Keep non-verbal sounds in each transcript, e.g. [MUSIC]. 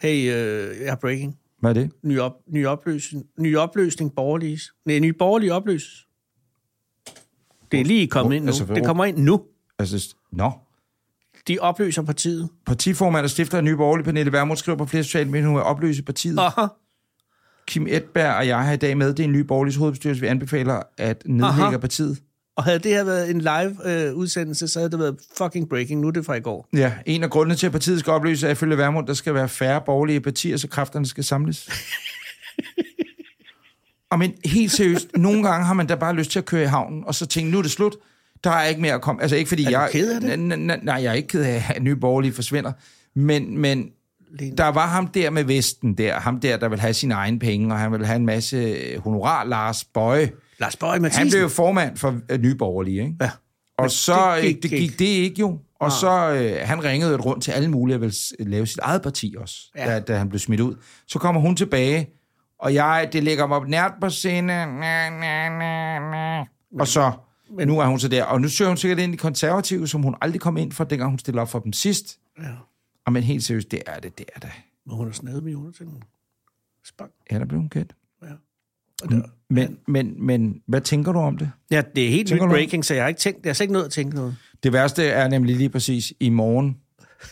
Hey, øh, jeg har breaking. Hvad er det? Ny, op, ny, opløsning, ny opløsning borgerliges. Nej, ny borgerlig opløses. Det er lige kommet Hvor- ind nu. altså, hvor- det kommer ind nu. Altså, nå. De opløser partiet. Partiformand og stifter af Nye Borgerlige, Pernille Vermund, skriver på flere sociale medier, hun vil opløse partiet. Aha. Kim Edberg og jeg har i dag med, det er en ny borgerligs hovedbestyrelse, vi anbefaler at nedlægge Aha. partiet. Og havde det her været en live øh, udsendelse, så havde det været fucking breaking. Nu er det fra i går. Ja, en af grundene til, at partiet skal opløses, er ifølge Vermund, der skal være færre borgerlige partier, så kræfterne skal [LAUGHS] samles. og men helt seriøst, nogle gange har man da bare lyst til at køre i havnen, og så tænke, nu er det slut. Der er ikke mere at komme. Altså ikke fordi er jeg... ked af det? N- n- n- nej, jeg er ikke ked af, at nye borgerlige forsvinder. Men, men der var ham der med Vesten der, ham der, der vil have sine egne penge, og han vil have en masse honorar, Lars Bøje. Lars Bøge Mathisen. Han blev jo formand for øh, Nye Borgerlige, ikke? Ja. Og Men så det gik det gik, det gik det ikke jo. Og så øh, han ringede et rundt til alle mulige at ville s- øh, lave sit eget parti også, Ja. ja. da, da han blev smidt ud. Så kommer hun tilbage, og jeg, det ligger mig op nært på scenen. Na, na, na, na. Og så, men, nu er hun så der. Og nu søger hun sikkert ind i konservative, som hun aldrig kom ind for, dengang hun stillede op for dem sidst. Ja. Og men helt seriøst, det er det, det er det. Men hun er sned med Jonathan. Spang. Ja, der blev hun kendt. Og der. Men, men, men hvad tænker du om det? Ja, det er helt nyt Tænker du- breaking, så jeg har ikke tænkt, jeg har slet ikke nået at tænke noget. Det værste er nemlig lige præcis i morgen,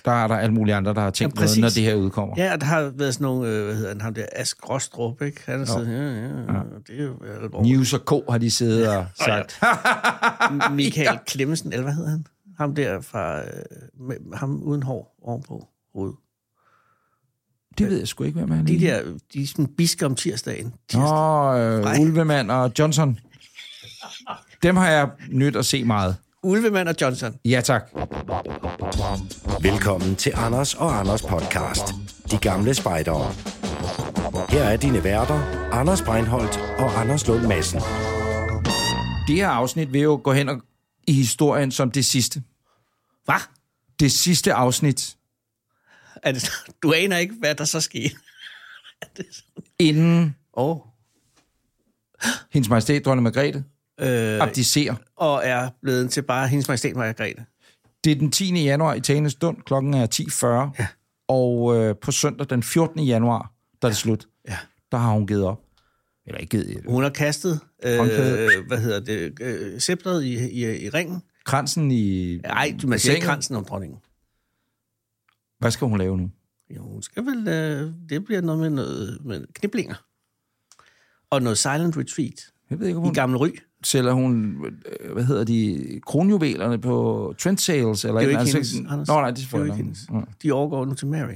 der er der alle mulige andre, der har tænkt Ja, ja, præcis. noget, når det her udkommer. Ja, og der har været sådan nogle, øh, hvad hedder han, ham der, Ask Rostrup, ikke? Han har siddet, ja, ja, ja, det er jo alvorligt. News og K har de siddet og sagt. [LAUGHS] Michael Clemmensen, eller hvad hedder han? Ham der fra, øh, med, ham uden hår ovenpå hovedet. Det ved jeg sgu ikke, hvem er De lige. der, de er sådan biske om tirsdagen. Tirsdag. Mhm. Nå, øh, Ulvemand og Johnson. Dem har jeg nyt at se meget. Ulvemand og Johnson. Ja, tak. Velkommen til Anders og Anders podcast. De gamle spejdere. Her er dine værter, Anders Breinholt og Anders Lund Madsen. Det her afsnit vil jo gå hen og, i historien som det sidste. Hvad? Det sidste afsnit, Er det, så- [LAUGHS] du aner ikke, hvad der så skete. Er det så- inden Åh. hendes majestæt, dronning Margrethe, Øh, abdicerer. og er blevet til bare hendes majestæt Margrethe. Det er den 10. januar i Tanes stund, klokken er 10.40. Ja. Og øh, på søndag den 14. januar, der er det slut, Ja. der har hun givet op. Eller ikke givet, Hun har kastet, øh, Håndklædet. hvad hedder det, øh, sceptret i, i, i ringen. kransen i... Nej, du man siger ikke sengen. kransen om dronningen. Hvad skal hun lave nu? Jo, hun skal vel, øh, det bliver noget med noget med kniblinger. Og noget silent retreat Jeg ved ikke, om i hun Gamle Ry. sælger hun, øh, hvad hedder de, kronjuvelerne på Trend Sales? Eller Det er jo ikke et eller andet. hendes, Så- altså, Anders. Nå, nej, det er Det er jo selvfølgelig ikke ikke hendes. hendes. De overgår nu til Mary.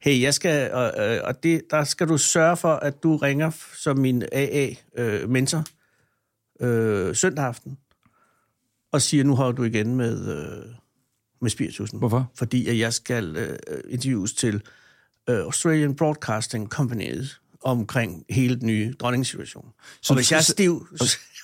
Hey, jeg skal, og, øh, og det, der skal du sørge for, at du ringer f- som min AA-mentor øh, søndag aften, og siger, nu har du igen med, øh, med spiritusen. [LAUGHS] Hvorfor? Fordi at jeg skal øh, interviews til øh, Australian Broadcasting Companies omkring hele den nye dronningssituation. Så og hvis du- jeg er stiv...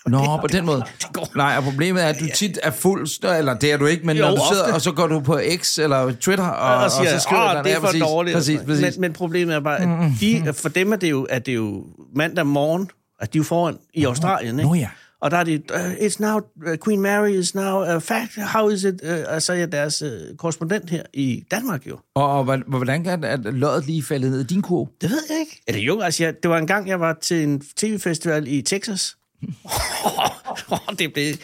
Nå, på den måde. [LAUGHS] Det går. Nej, og problemet er, at du tit er fuld, eller det er du ikke, men Jo, når du sidder, ofte. og så går du på X eller Twitter, og, og siger, og så skriver du et eller at andet. det er Ja, for præcis, dårligt. Præcis, præcis. Men, men problemet er bare, at de, for dem er det jo, at det er jo mandag morgen, at de er jo foran i Australien, ikke? Nå ja. Og der er det, uh, it's now, uh, Queen Mary is now a fact, how is it? Uh, og så er jeg deres uh, korrespondent her i Danmark jo. Og, og hvordan- hvordan kan at løjet lige falde ned i din kurv? Det ved jeg ikke. Eller jo, altså jeg, det var en gang, jeg var til en tv-festival i Texas. [LAUGHS] det, blev,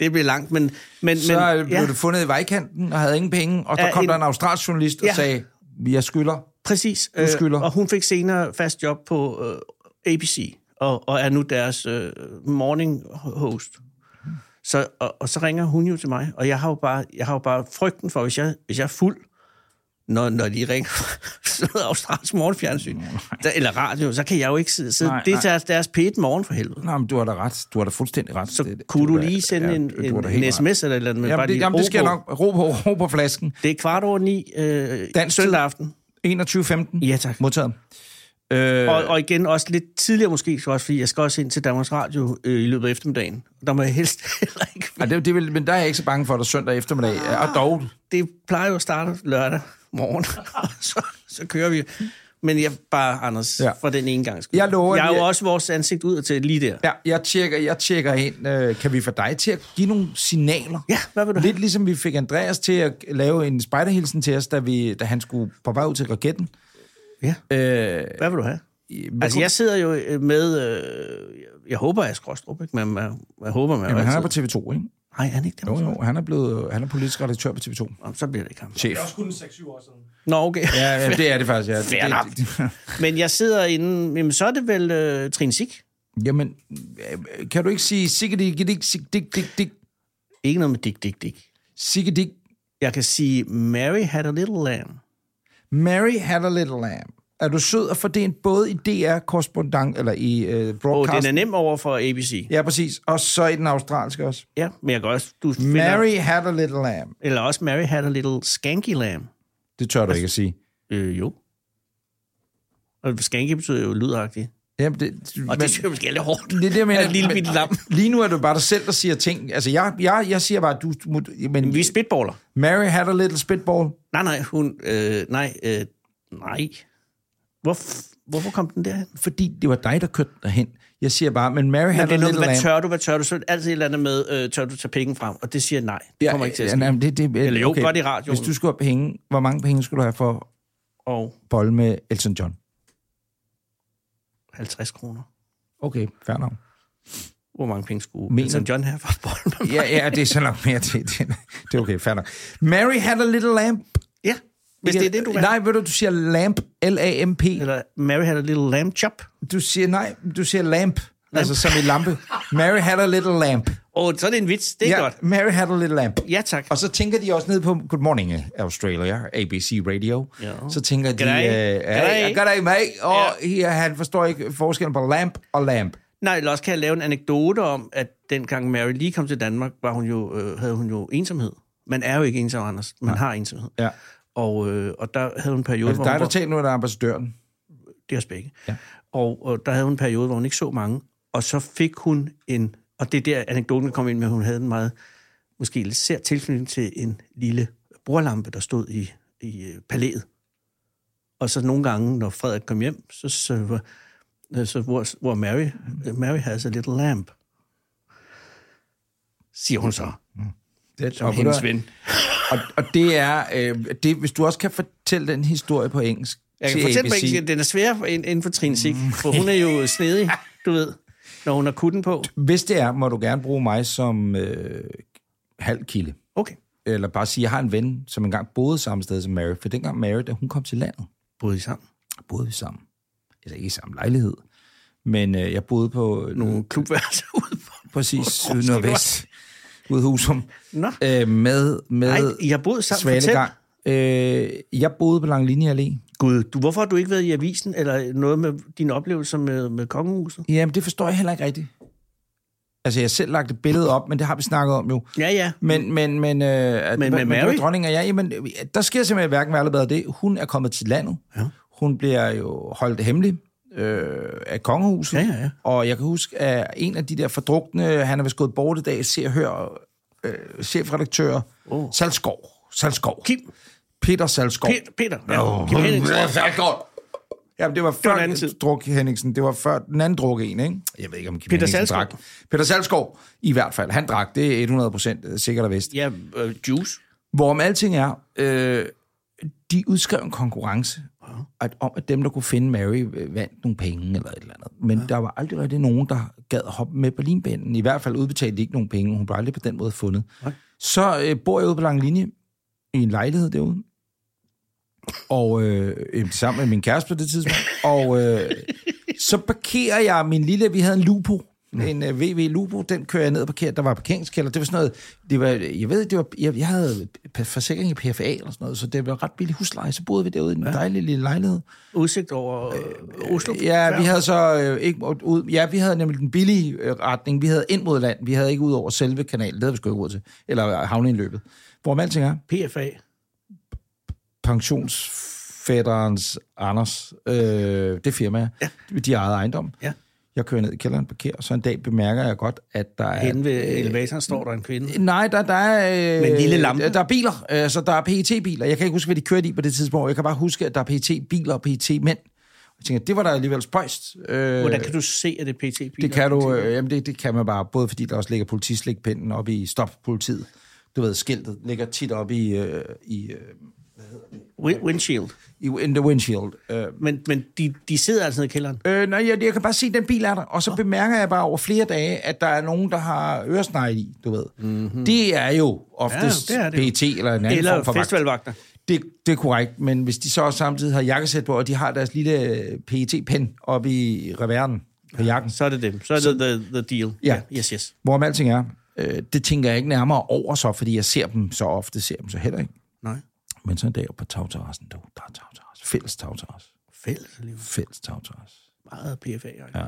det blev langt, men... men Så men, blev ja. du fundet i vejkanten og havde ingen penge, og der Ja, kom en- der en australsk journalist og Ja. sagde, jeg skylder. Præcis. Du skylder. Øh, og hun fik senere fast job på øh, ABC, og, og er nu deres øh, morning host. Så, og, og så ringer hun jo til mig, og jeg har jo bare, jeg har jo bare frygten for, hvis jeg, hvis jeg er fuld, når, når de ringer [LAUGHS] fra noget australsk morgenfjernsyn, der, eller radio, så kan jeg jo ikke sidde. sidde. Nej, det er nej. deres, deres pæt morgen for helvede. Nej, men du har da ret. Du har da fuldstændig ret. Så Det- det- kunne du da- lige sende ja, en, du- du har en, da helt en ret. sms eller et eller andet? men Jamen, bare det, lige jamen, det ro skal jeg på. nok ro på, ro på flasken. Det er kvart over ni øh, Dansk tid. søndag aften. 21.15. Ja, tak. Modtaget. Øh, Og, og igen også lidt tidligere måske, så også, fordi jeg skal også ind til Danmarks Radio øh, i løbet af eftermiddagen. Der må jeg helst [LAUGHS] heller ikke... ej, det, det vil, men der er jeg ikke så bange for dig søndag eftermiddag. Ah. Og dog, Det plejer jo at starte lørdag morgen, [LAUGHS] og så, så kører vi. Men jeg bare, Anders, ja. Ja. for den ene gang. Jeg lover, Jeg er jo jeg- også vores ansigt ud til lige der. Ja, ja, jeg, tjekker, jeg tjekker ind. Øh, kan vi få dig til at give nogle signaler? ja hvad vil du have? Lidt ligesom vi fik Andreas til at lave en spejderhilsen til os, da, vi, da han skulle på vej ud til raketten. Ja. Øh, Hvad vil du have? hvad Altså, kunne- jeg sidder jo øh, med... Øh, jeg håber, jeg er skråstrup, ikke? Men man, man håber, man... Jamen, altid- han er på TV2, ikke? Nej, han er ikke det. Jo, jo, han er, blevet, han er politisk redaktør på TV2. Nå, så bliver det ikke ham. Chef. også kun 6-7 år siden. Nå, okay. Ja, ja, det er det faktisk, ja. Fair det, nok. Men jeg sidder inde... Jamen, så er det vel øh, Trine Sik. [LAUGHS] Jamen, øh, kan du ikke sige sikkedik, dik, dik, dik, dik, dik, Ikke noget med dig, dig, dig. sikkedik? Jeg kan sige, Mary had a little lamb. Mary had a little lamb. Er du sød at fordele både i DR-korrespondent, eller i øh, Og broadcast? den er nem over for ABC. Ja, præcis. Og så i den australske også. Ja, men jeg kan også... Du finder, Mary had a little lamb. Eller også Mary had a little skanky lamb. Det tør du ikke at sige. Øh, jo. Og skanky betyder jo lydagtig. Jamen, det, Og det synes jeg måske er lidt hårdt. det, er det, jeg mener. En lille bitte lam. Lige nu er det jo bare dig selv, der siger ting. Altså, jeg, jeg, jeg siger bare, at du... må- Men Vi er spitballer. Mary had a little spitball. Nej, nej, hun... Øh, nej, øh, nej. Hvor, hvorfor kom den derhen? Fordi det var dig, der kørte derhen. Jeg siger bare, men Mary Men had det a er noget, little med, hvad lamb. tør du, hvad tør du? Så er det altid et eller andet med, øh, tør du tage penge frem? Og det siger nej. Det kommer ikke til at ja, ske. nej, men det, det, Eller jo, godt i radioen. Hvis du skulle have penge, hvor mange penge skulle du have for Og bolle med Elton John? 50 kroner. Okay, fair nok. Hvor mange penge skulle Mener- Mener... Elton John have for bolden? Ja, ja, det er så nok mere til. Det, det er okay, fair nok. Mary had a little lamp. ja, hvis det er det, du vil. Nej, ved du, du siger lamp. L-A-M-P. Eller Mary had a little lamb chop. Du siger, nej, du siger lamp. Altså som i lampe. Mary had a little lamp. Og oh, så er det en vits. Det er ja, godt. Mary had a little lamp. Ja, tak. Og så tænker de også ned på Good Morning Australia, ABC Radio. Ja. Så tænker de, Goddag. øh, hey, Goddag. goddag, mate. Og her, han forstår ikke forskellen på lamp og lamp. Nej, eller også kan jeg lave en anekdote om, at dengang Mary lige kom til Danmark, var hun jo, øh, havde hun jo ensomhed. Man er jo ikke ensom, Anders. Man har ensomhed. Ja. Og, øh, og der havde hun en periode, Er det hvor hun dig, der var- taler nu, eller er det ambassadøren? det er os begge. Ja. Og, og der havde hun en periode, hvor hun ikke så mange, og så fik hun en, og det er der anekdoten kom ind med, at hun havde en meget, måske lidt sær tilknytning til en lille bordlampe, der stod i, i øh, palæet. Og så nogle gange, når Frederik kom hjem, så, så, var- øh, så hvor, hvor Mary, øh, Mary has a little lamp, siger hun så, Det om hendes ven. Og, og det er, øh, det, hvis du også kan fortælle den historie på engelsk Jeg til kan fortælle mig ABC. ikke, at den er svær for- end- inden for Trine Sik, for hun er jo [LAUGHS] snedig, du ved, når hun har kutten på. Hvis det er, må du gerne bruge mig som øh, halvkilde. Okay. Eller bare sige, jeg har en ven, som engang boede samme sted som Mary. For dengang Mary, da hun kom til landet, Boede I sammen? boede vi sammen. Altså ikke i samme lejlighed. Men øh, jeg boede på øh, nogle klubværelser [LAUGHS] ude på. præcis ude nordvest. Ude i Husum. Nå. Øh, med med Nej, I har boet sammen. Svalegang. Øh, jeg boede på Langlinje Allé. Gud, du, hvorfor har du ikke været i avisen, eller noget med din oplevelse med, med kongehuset? Jamen, det forstår jeg heller ikke rigtigt. Altså, jeg har selv lagt et billede op, men det har vi snakket om jo. Ja, ja. Men, men, men, øh, at, Mm. med men, Mary? men dronningen og jeg, jamen, øh, der sker simpelthen hverken værre bedre det. Hun er kommet til landet. Ja. Hun bliver jo holdt hemmelig øh, af kongehuset. Ja, ja, ja. Og jeg kan huske, at en af de der fordrukne, han er vist gået bort i dag, ser og hør, øh, chefredaktør oh. Salskov. Salskov. Kim, Peter Salskov. Peter, Peter. Ja, Åh, Kim Henriksen. Salskov. Jamen, det var var en før anden tid. det druk Henningsen. Det var før den anden druk en, ikke? Jeg ved ikke, om Peter Kim Henningsen Salskov. drak. Peter Salskov, i hvert fald. Han drak, det er 100 procent sikkert og vist. Ja, øh, Juice. Hvorom alting er, øh, de udskrev en konkurrence, at om at dem, der kunne finde Mary, øh, vandt nogle penge eller et eller andet. Men der var aldrig rigtig nogen, der gad hoppe med Berlinbanen. I hvert fald udbetalte de ikke nogen penge. Hun blev aldrig på den måde fundet. Nej. Så øh, bor jeg ude på lang linje i en lejlighed derude. Og øh, øh, sammen med min kæreste på det tidspunkt. Og øh, så parkerer jeg min lille... Vi havde en Lupo. En øh, VW Lupo. Den kører jeg ned og parkerer. Der var parkeringskælder. Det var sådan noget... Det var, jeg ved, det var, jeg, jeg havde p- forsikring i PFA eller sådan noget, så det var ret billig husleje. Så boede vi derude i en dejlig lille lejlighed. Udsigt over øh, Oslo. Ja, vi havde så øh, ikke måttet ud. Ja, vi havde nemlig den billige øh, retning. Vi havde ind mod land. Vi havde ikke ud over selve kanalen. Det havde vi sgu ikke råd til. Eller havneindløbet. Hvorom alting er, PFA. pensionsfætterens Anders, øh, det firma, ja. de ejede ejendom. Ja. Jeg kører ned i kælderen, parkerer, og så en dag bemærker jeg godt, at der er... Henne ved elevatoren står der en kvinde. Nej, der, der er... Øh, Med en lille lampe? Der er biler, øh, så der er pet biler Jeg kan ikke huske, hvad de kørte i på det tidspunkt. Jeg kan bare huske, at der er pet biler og pet mænd Jeg tænker, det var da alligevel spøjst. Øh, Hvordan kan du se, at det er pt det kan du, øh, jamen det, det kan man bare, både fordi der også ligger politislikpinden oppe i Stop Politiet. Du ved, skiltet ligger tit oppe i, øh, i, øh, Wi- Windshield. i in the windshield. Øh, Men, men de, de sidder altså nede i kælderen. Øh, nej, jeg, jeg kan bare se, at den bil er der. Og så bemærker jeg bare over flere dage, at der er nogen, der har øresnegle i, du ved. Mm-hmm. Det er jo oftest Mhm. Ja, ja, det er det jo. PET eller en anden form Eller for vagt. festivalvagter. Det, det er korrekt, men hvis de så også samtidig har jakkesæt på, og de har deres lille pet pen oppe i reverden på jakken, Så er det dem. Så er det the, the deal. Ja. Yes, yes. hvorom alting er, øh, det tænker jeg ikke nærmere over så, fordi jeg ser dem så ofte, ser dem så heller ikke. Nej. Men så en dag på tagterrassen, du, der er tagterrasse, fælles tagterrasse, Fælles er lige fælles tagterrasse. meget PFA. Ja. Ja.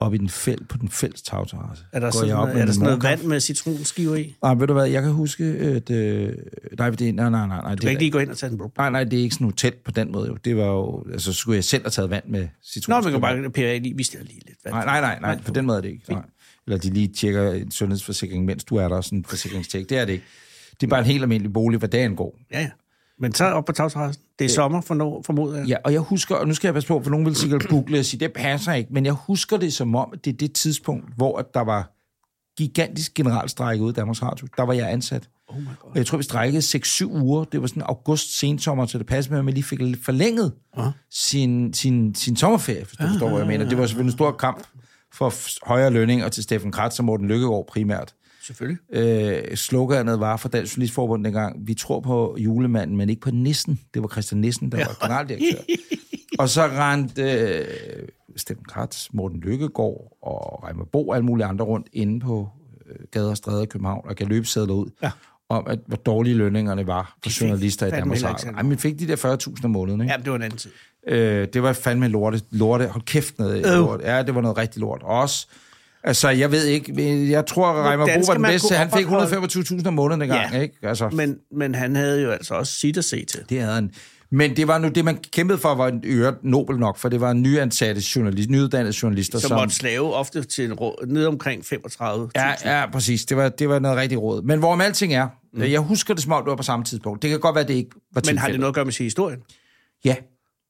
Op i den fæl, på den fælles tagterrasse. Er der går sådan, jeg op med er der min sådan noget morkaffe. vand med citronskiver i? Nej, Ah, ved du hvad, jeg kan huske, at... Øh, nej, det, nej, nej, nej, nej, Du kan det, ikke lige gå ind og tage en brugt. nej, nej, det er ikke sådan hotel på den måde. Jo. Det var jo... Altså, så skulle jeg selv have taget vand med citron. Nå, man kan bare PFA lige, vi stiller lige lidt vand. Nej, nej, nej, nej, på den måde er det ikke. Nej. Eller de lige tjekker en sundhedsforsikring, mens du er der, sådan en forsikringstjek. Det er det ikke. Det er bare en helt almindelig bolig, hvad dagen går. Ja, ja. Men så op på tagterrassen. Det er sommer, for nå, formoder jeg. Ja, og jeg husker, og nu skal jeg passe på, for nogen vil sikkert google og sige, det passer ikke, men jeg husker det som om, at det er det tidspunkt, hvor at der var gigantisk generalstrække ude i Danmarks Radio. Der var jeg ansat. Oh my Og god. Jeg tror, vi strækkede 6-7 uger. Det var sådan august sensommer, så det passede med, at man lige fik lidt forlænget Ja. sin, sin, sin sommerferie, hvis du forstår, hvad jeg mener. Det var selvfølgelig en stor kamp for f- højere lønning, og til Steffen Kratz og Morten Lykkegaard primært. Selvfølgelig. Øh, sloganet var for Dansk Journalistforbund dengang, vi tror på julemanden, men ikke på nissen. Det var Christian Nissen, der var generaldirektør. [LAUGHS] og så rendte øh, Steffen Kratz, Morten Lykkegaard og Reimer Bo og alle mulige andre rundt inde på øh, gader og stræder i København og gav løbesedler ud ja. om, at, hvor dårlige lønningerne var for journalister i fandme Danmarks heller ikke Radio. selv. Ej, men fik de der 40.000 om måneden, ikke? Ja, det var en anden tid. Øh, det var fandme lorte, lorte. Hold kæft noget øh. lort. Ja, det var noget rigtig lort. Også, altså, jeg ved ikke, jeg tror, at Reimer Hvordan Bo var skal den man bedste. kunne Han fik opretholde- 125.000 om måneden dengang, Ja. ja. ikke? Altså, Men... Men, men han havde jo altså også sit at se til. det havde han. Men det var nu det, man kæmpede for, var en øret nobel nok, for det var nyansatte journalist, nyuddannede journalister, Som måtte slave ofte til en rå, ned omkring 35. Ja. Ja, ja, præcis. Det var, det var noget rigtig råd. Men hvorom alting er, mm. jeg husker det som om, det var på samme tidspunkt. Det kan godt være, det ikke var Men har det tilfældet. noget at gøre med sin historien? Ja.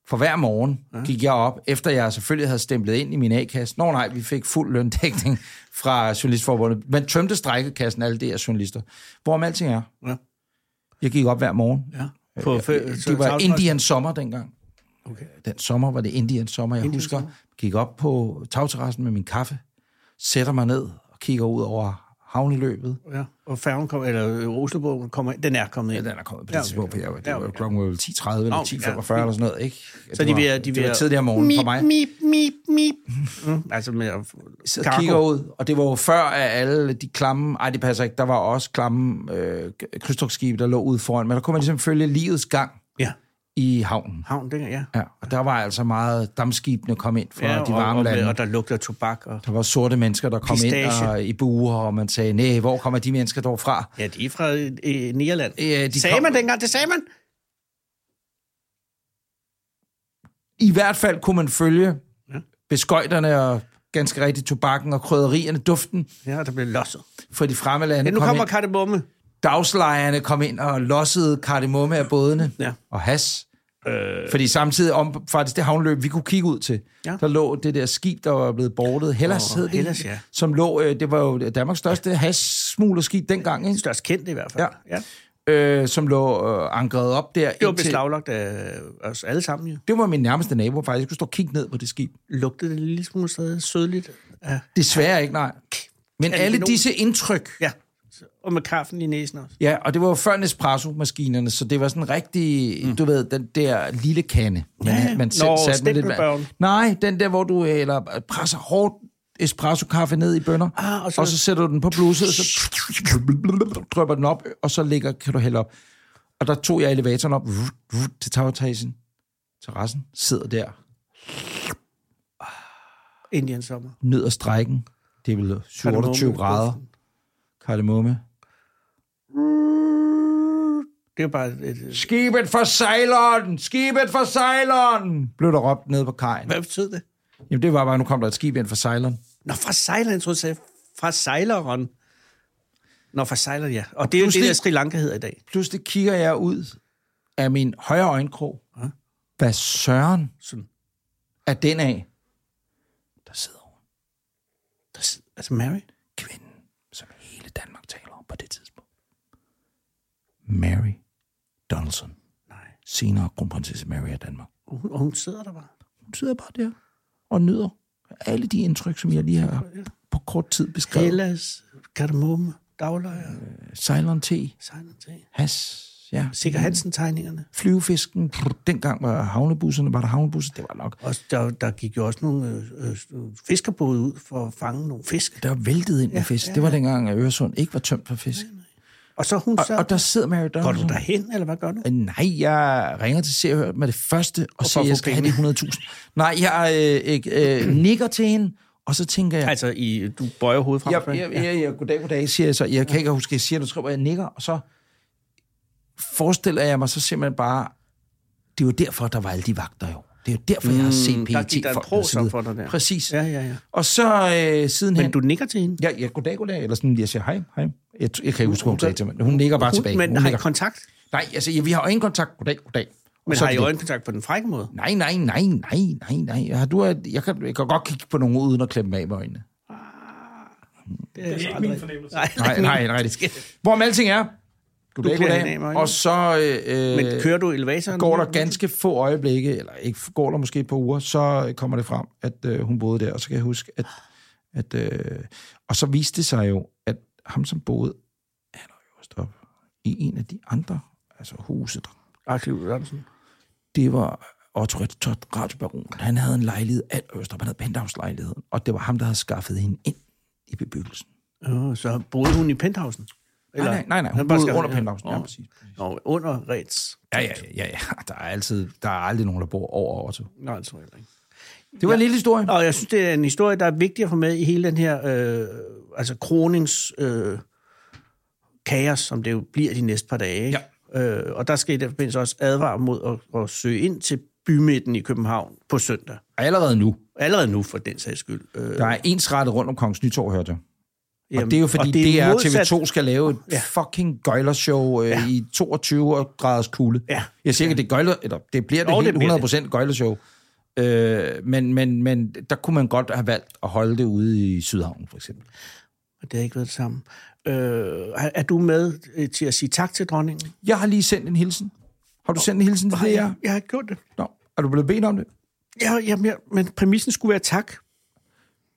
For hver morgen gik jeg op, efter jeg selvfølgelig havde stemplet ind i min A-kasse. Nå nej, vi fik fuld løndækning [LAUGHS] fra Journalistforbundet. Man tømte strækkekassen, alle de her journalister. Hvorom alting er. Ja. Jeg gik op hver morgen. Ja. På ja, Det var Indian sommer dengang. Okay. Den sommer var det Indian sommer, jeg Indian husker. Sommer. Gik op på tagterrassen med min kaffe, sætter mig ned og kigger ud over havneløbet. Ja. Og færgen kom, eller Rosenborg kommer ind. Den er kommet Ja, ind. den Ja, er kommet på det Ja, ja, okay. tidspunkt, for jeg, det Ja, var okay. klokken var vel 10.30 eller Nå, 10.45 eller ja. sådan noget, ikke? Så Det de var- vil- de det vil- var tidligere morgen for mig. Mip, mip, mip, [LAUGHS] mip. Mm, altså med at Så Cargo. kigger ud, og det var jo før, at alle de klamme... Ej, det passer ikke. Der var også klamme øh, krydstogtskibe, der lå ude foran. Men der kunne man ligesom følge livets gang Ja, i havnen. havn, det er, ja. Ja, og der var altså meget... Dammskibene kom ind fra ja ja, de varme og, lande. og, og, der lugter tobak. Og, der var sorte mennesker, der kom Pistache. ind og, i buer, og man sagde, nej, hvor kommer de mennesker dog fra? ja, de er fra øh, Nederland. Øh, de sagde kom- man dengang, det sagde man. I hvert fald kunne man følge Ja. ja. beskøjterne og ganske rigtigt tobakken og krydderierne, duften Ja, der blev losset. fra de fremme lande. Ja, nu kom kommer ind. kardemomme. Dagslejerne kom ind og lossede kardemomme af bådene Ja. og has. Øh. Fordi samtidig om faktisk det havnløb, vi kunne kigge ud til, Ja. ja. der lå det der skib, der var blevet bortet. Hellas Åh, hed det, Hellas, ja. som lå, øh, det var jo Danmarks største hash-smuglerskib dengang, ikke? Størst kendt i hvert fald. Ja. ja. Øh, som lå øh, ankret op der. Det var indtil- beslaglagt af os alle sammen, jo. det var min nærmeste nabo faktisk. Jeg kunne stå og kigge ned på det skib. Lugtede det en lille smule stadig sødligt. Ja. Desværre ikke, nej. Men Er det alle nogen- disse indtryk, ja. Så- Og med kaffen i næsen også. Ja, og det var jo før Nespresso-maskinerne, så det var sådan rigtig, mm. du ved, den der lille kande, man, Ja, ja. man selv Nå, satte med lidt stempelbørn. vand. Nej, den der, hvor du øh, eller, presser hårdt espresso-kaffe ned i bønder, Ah, og så- og så sætter du den på bluset, og så drøber den op, og så ligger, kan du hælde op. Og der tog jeg elevatoren op vut, vut, til tagetagen, terrassen, sidder der, Indian sommer. ned ad strækken, det er vel 27 Kardemomme. grader, kardemomme. Det var bare et... et- Skibet for sejleren! Skibet for sejleren! Blev der råbt nede på kajen. Hvad betød det? Jamen, det var bare, nu kom der et skib ind fra sejleren. Nå, fra sejleren, jeg troede du sagde. Fra sejleren. Nå, fra sejleren, ja. Og det er jo det, Pludselig- der Sri Lanka hedder i dag. Pludselig kigger jeg ud af min højre øjenkrog. Hvad søren Sådan. er den af? Der sidder hun. Der s- Altså Mary? Kvinden, som hele Danmark taler om på det tidspunkt. Mary Donaldson. Nå. senere kronprinsesse Mary af Danmark. Og hun, og hun sidder der bare. Hun sidder bare der og nyder alle de indtryk, som jeg lige har på kort tid beskrevet. Hella. Hellas, kardemomme, dagløjer, Ceylon Tea, sejlen til. has, ja. Sikker Hansen-tegningerne. Flyvefisken, prr, dengang var havnebusserne, var der havnebusser, det var nok. Og der, der gik jo også nogle øh, øh, sådan fiskerbåde ud for at fange nogle fisk. Der væltede ind med fisk. Det var dengang, at Øresund ikke var tømt for fisk. Og så hun så... Og, og der sidder Mary går Dunn. du derhen, eller hvad gør du? "Øh, Nej, jeg ringer til Se og Hør med det første, og siger, at få jeg skal have de 100.000. Nej, jeg øh, øh, øh, nikker til hende, og så tænker jeg... Altså, i, du bøjer hovedet frem og Jeg, tilbage. jeg, jeg, jeg, goddag, goddag, siger jeg så. Jeg kan ikke huske, at jeg siger, at du skriver, jeg nikker, og så forestiller jeg mig så simpelthen bare, det er jo derfor, der var alle de vagter jo. Det er jo derfor, jeg har set Mm, E der gik der en PET-folk. pros op for dig der. Præcis. Ja, ja, ja. Og så øh, sidenhen... Men du nikker til hende? Ja, ja, goddag, goddag, eller sådan, jeg siger hej, hej. Jeg, jeg kan ikke huske, hvad hun sagde til mig. Hun nikker bare tilbage. Men Hun har I nikker. kontakt? Nej, altså, ja, vi har øjenkontakt. Goddag, goddag. Og Men så er har I det det. øjenkontakt på den frække måde? Nej, nej, nej, nej, nej, nej. Har du, jeg, kan, jeg kan godt kigge på nogen uden at klemme dem af med øjnene. Det er ikke min fornemmelse. Nej, Nej, nej, nej. Det Hvorom alting er, goddag, klemmer hende af goddag. med øjnene. Og så øh, [LAUGHS] Men kører du elevatoren? går der ganske få øjeblikke, eller ikke, går der måske et par uger, så kommer det frem, at øh, hun boede der. Og så kan jeg huske, at... at øh, og så viste det sig jo, at ham, som boede allerøverst op i en af de andre altså huse, der Arkiv Jørgensen. det var Otto Rettot, radiobaron. Han havde en lejlighed alt Østrup, han havde penthouse-lejligheden, og det var ham, der havde skaffet hende ind i bebyggelsen. Åh, så boede hun i penthausen? Eller, nej, nej, nej, Han hun bare boede skal- under penthousen. Ja, Nå. præcis. Nå, under Reds. Ja, ja, ja, ja, der er altid, der er aldrig nogen, der bor over Otto. Nej, det tror jeg altså heller ikke. Det var ja. en lille historie. Og jeg synes, det er en historie, der er vigtig at få med i hele den her øh, altså kronings øh, kaos, som det jo bliver de næste par dage. Ikke? Ja. Øh, og der skal i den forbindelse også advare mod at, at søge ind til bymidten i København på søndag. Og allerede nu, Allerede nu, for den sags skyld. Øh, der er ensrettet rundt om Kongens Nytorv, hørte jeg. jamen, og det er jo fordi, det er modsat- TV2 skal lave et Ja. fucking gøjlershow øh, ja. i 22 graders kulde. Ja. Jeg siger ikke, at det, er gøjler, eller, det bliver det, Jo, jo, det helt bliver det. 100% gøjlershow. Øh, men, men, men der kunne man godt have valgt at holde det ude i Sydhavn, for eksempel. Og det har ikke været det samme. Øh, er, er du med øh, til at sige tak til dronningen? Jeg har lige sendt en hilsen. Har du sendt en hilsen til det, jeg? jeg har ikke gjort det. Nå, er du blevet bedt om det? Ja, jamen, ja, men præmissen skulle være tak.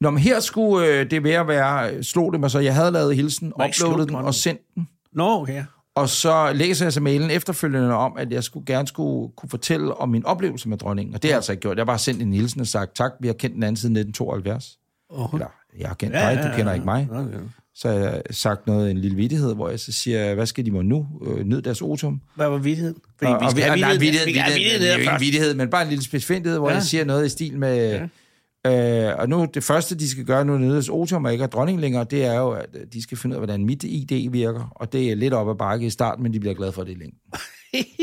Nå, men her skulle øh, det være, være, slog det mig så. Jeg havde lavet hilsen, Nej, slå uploadet den dronningen. og sendt den. Nå, okay. ja. Og så læser jeg så mailen efterfølgende om, at jeg skulle gerne skulle kunne fortælle om min oplevelse med dronningen. Og det har jeg altså ikke gjort. Jeg har bare sendt en hilsen og sagt, tak, vi har kendt den anden siden 1972. Åh. Eller, jeg har kendt dig, du kender ikke mig. Nå, ja. Så har jeg sagt noget, en lille vittighed, hvor jeg så siger, hvad skal de må nu? Øh, nyd deres otium. Hvad var vidtigheden? Fordi Og- og vi- have nej, vittighed- vittighed, vi skal have vittighed, vittighed det er jo ikke der en først. vittighed, men bare en lille specifindighed, hvor Ja. jeg siger noget i stil med... Øh, og nu, det første, de skal gøre nu nede hos Otium og ikke er dronning længere, det er jo, at øh, de skal finde ud af, hvordan mit ID virker. Og det er lidt op ad bakke i starten, men de bliver glade for det i [LAUGHS] længden.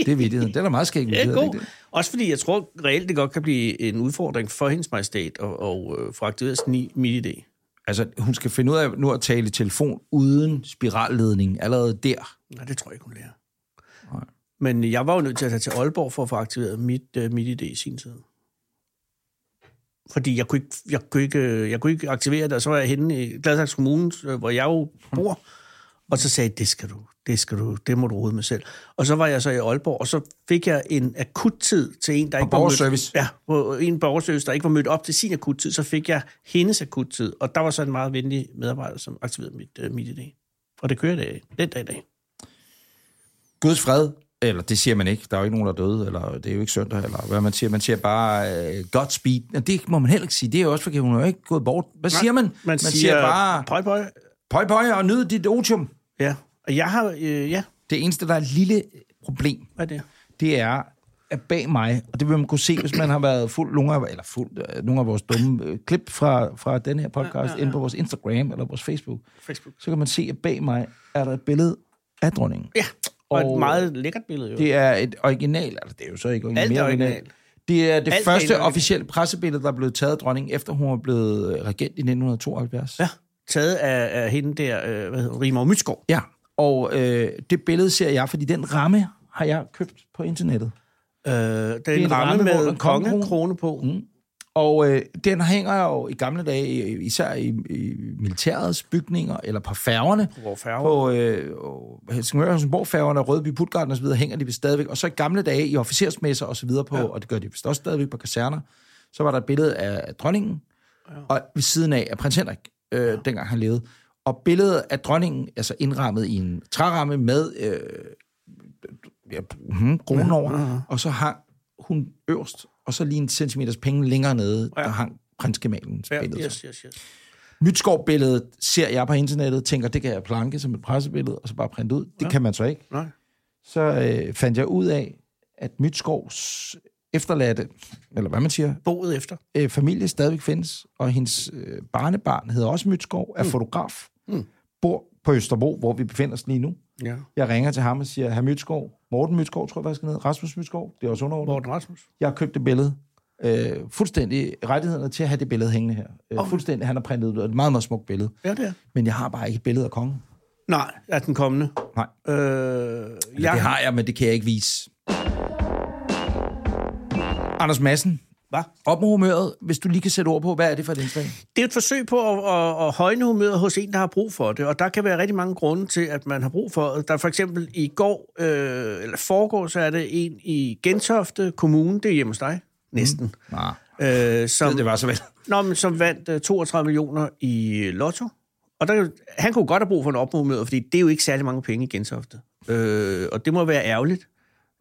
Det er vittigheden. Det er da meget skæg Det er vittighed, er det god. ikke det? Også fordi jeg tror reelt, det godt kan blive en udfordring for hendes majestæt og, og øh, få aktiveret sin i- mit idé. Altså, hun skal finde ud af nu at tale i telefon uden spiralledning allerede der. Nej, det tror jeg ikke, hun lærer. Men jeg var jo nødt til at tage til Aalborg for at få aktiveret mit, øh, mit idé i sin tid. Fordi jeg kunne, ikke, jeg, kunne ikke, øh, jeg kunne ikke aktivere det, og så var jeg henne i Gladsaxe Kommune, øh, hvor jeg jo bor, og så sagde jeg, det skal du, det skal du, det må du rode med selv. Og så var jeg så i Aalborg, og så fik jeg en akuttid til en, der ikke var borgerservice? Mødt, ja, hvor en borgerservice, der ikke var mødt op til sin akuttid, så fik jeg hendes akuttid, og der var så en meget venlig medarbejder, som aktiverede mit, øh, mit idé. Og det kører det den dag i dag. Guds fred, eller det siger man ikke, der er jo ikke nogen, der er døde, eller det er jo ikke søndag, eller hvad man siger. Man siger bare, øh, Godspeed. Og det må man heller ikke sige, det er jo også, fordi hun er jo ikke gået bort. Hvad siger man? Man, man siger, siger bare, Pøj, pøj. pøj pøj og nyd dit otium. Ja. Og jeg har... Øh, ja, Det eneste, der er et lille problem, hvad er det? det er, at bag mig, og det vil man kunne se, hvis man har været fuld nogle af, eller fuld, øh, nogle af vores dumme øh, klip fra, fra den her podcast, ja, ja, ja. inde på vores Instagram eller vores Facebook, Facebook. så kan man se, at bag mig er der et billede af dronningen. Ja, og, og Og- et meget lækkert billede jo. Det, Det er et original, altså det er jo så ikke Alt er mere originalt. Det er det Alt er første helt officielle pressebillede, der er blevet taget af dronningen, efter hun var blevet øh, regent i 1972. ja. Taget af, af hende der, øh, hvad hedder hun, Rigmor Mytsgaard. ja. Og øh, det billede ser jeg, fordi den ramme har jeg købt på internettet. Øh, det er en en ramme ramme, hvor med der er kongekrone. kongekrone på. Mm. Og øh, den hænger jo i gamle dage, øh, især i, i militærets bygninger, eller på færgerne. Hvor færger? På øh, og Helsingør, Helsingborg færgerne, Rødby, Puttgarden osv. hænger de ved stadigvæk. Og så i gamle dage i officersmesser osv. på, ja. og det gør de vist også stadigvæk på kaserner, så var der et billede af dronningen, ja. og ved siden af af prins Henrik, øh, ja. dengang han levede. Og billedet af dronningen, altså indrammet i en træramme med øh, ja, hmm, kronen over, ja. og så hang hun øverst, og så lige en centimeters penge længere nede, ja. der hang prins Gemalens Ja, billede. yes, yes, yes. Mytskov-billedet ser jeg på internettet, tænker, det kan jeg planke som et pressebillede, og så bare printe ud. Det ja. kan man så ikke. Nej. Så øh, fandt jeg ud af, at Mytskovs efterladte, eller hvad man siger, Boet efter. øh, familie stadigvæk findes, og hendes øh, barnebarn hedder også Mytskov, er mm. fotograf, mm. bor på Østerbro, hvor vi befinder os lige nu. Ja. Jeg ringer til ham og siger, herr Mytskov, Morten Mytskov, tror jeg, faktisk han hedder, Rasmus Mytskov, det er også underordnet. Morten Rasmus. Jeg har købt det billede. Øh, fuldstændig rettighederne til at have det billede hængende her. Øh, oh. Fuldstændig, han har printet ud, og det er et meget, meget smukt billede. Ja, det er. Men jeg har bare ikke et billede af kongen. Nej, er den kommende. Nej. Øh, Ja. jeg, Det har jeg, men det kan jeg ikke vise. Anders Madsen, Hvad? op med humøret, hvis du lige kan sætte ord på, hvad er det for et indslag? det er et forsøg på at, at, at højne humøret hos en, der har brug for det, og der kan være rigtig mange grunde til, at man har brug for det. Der er for eksempel i går, øh, eller foregår, så er det en i Gentofte Kommune, det er hjemme hos dig, næsten, Nej, mm. øh, som, det var så vel. Nå, men som vandt øh, 32 millioner i øh, lotto. Og der, han kunne godt have brug for en opmumøder, fordi det er jo ikke særlig mange penge i Gentofte. Øh, og det må være ærgerligt.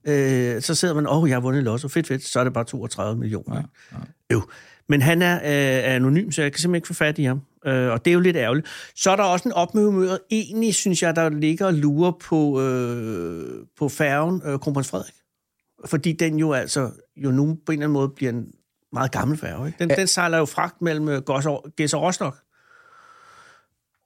Øh, så sidder man, åh, oh, jeg har vundet i lotto, fedt, fedt, så er det bare 32 millioner. Ja, ja. Jo. Men han er, øh, er anonym, så jeg kan simpelthen ikke få fat i ham. Øh, og det er jo lidt ærgerligt. Så er der også en opmøder, egentlig synes jeg, der ligger og lurer på, øh, på færgen øh, Kronprins Frederik fordi den jo altså jo nu på en eller anden måde bliver en meget gammel færge. Ikke? Den, ja. den sejler jo fragt mellem øh, Gos og- Gæs og Rostock.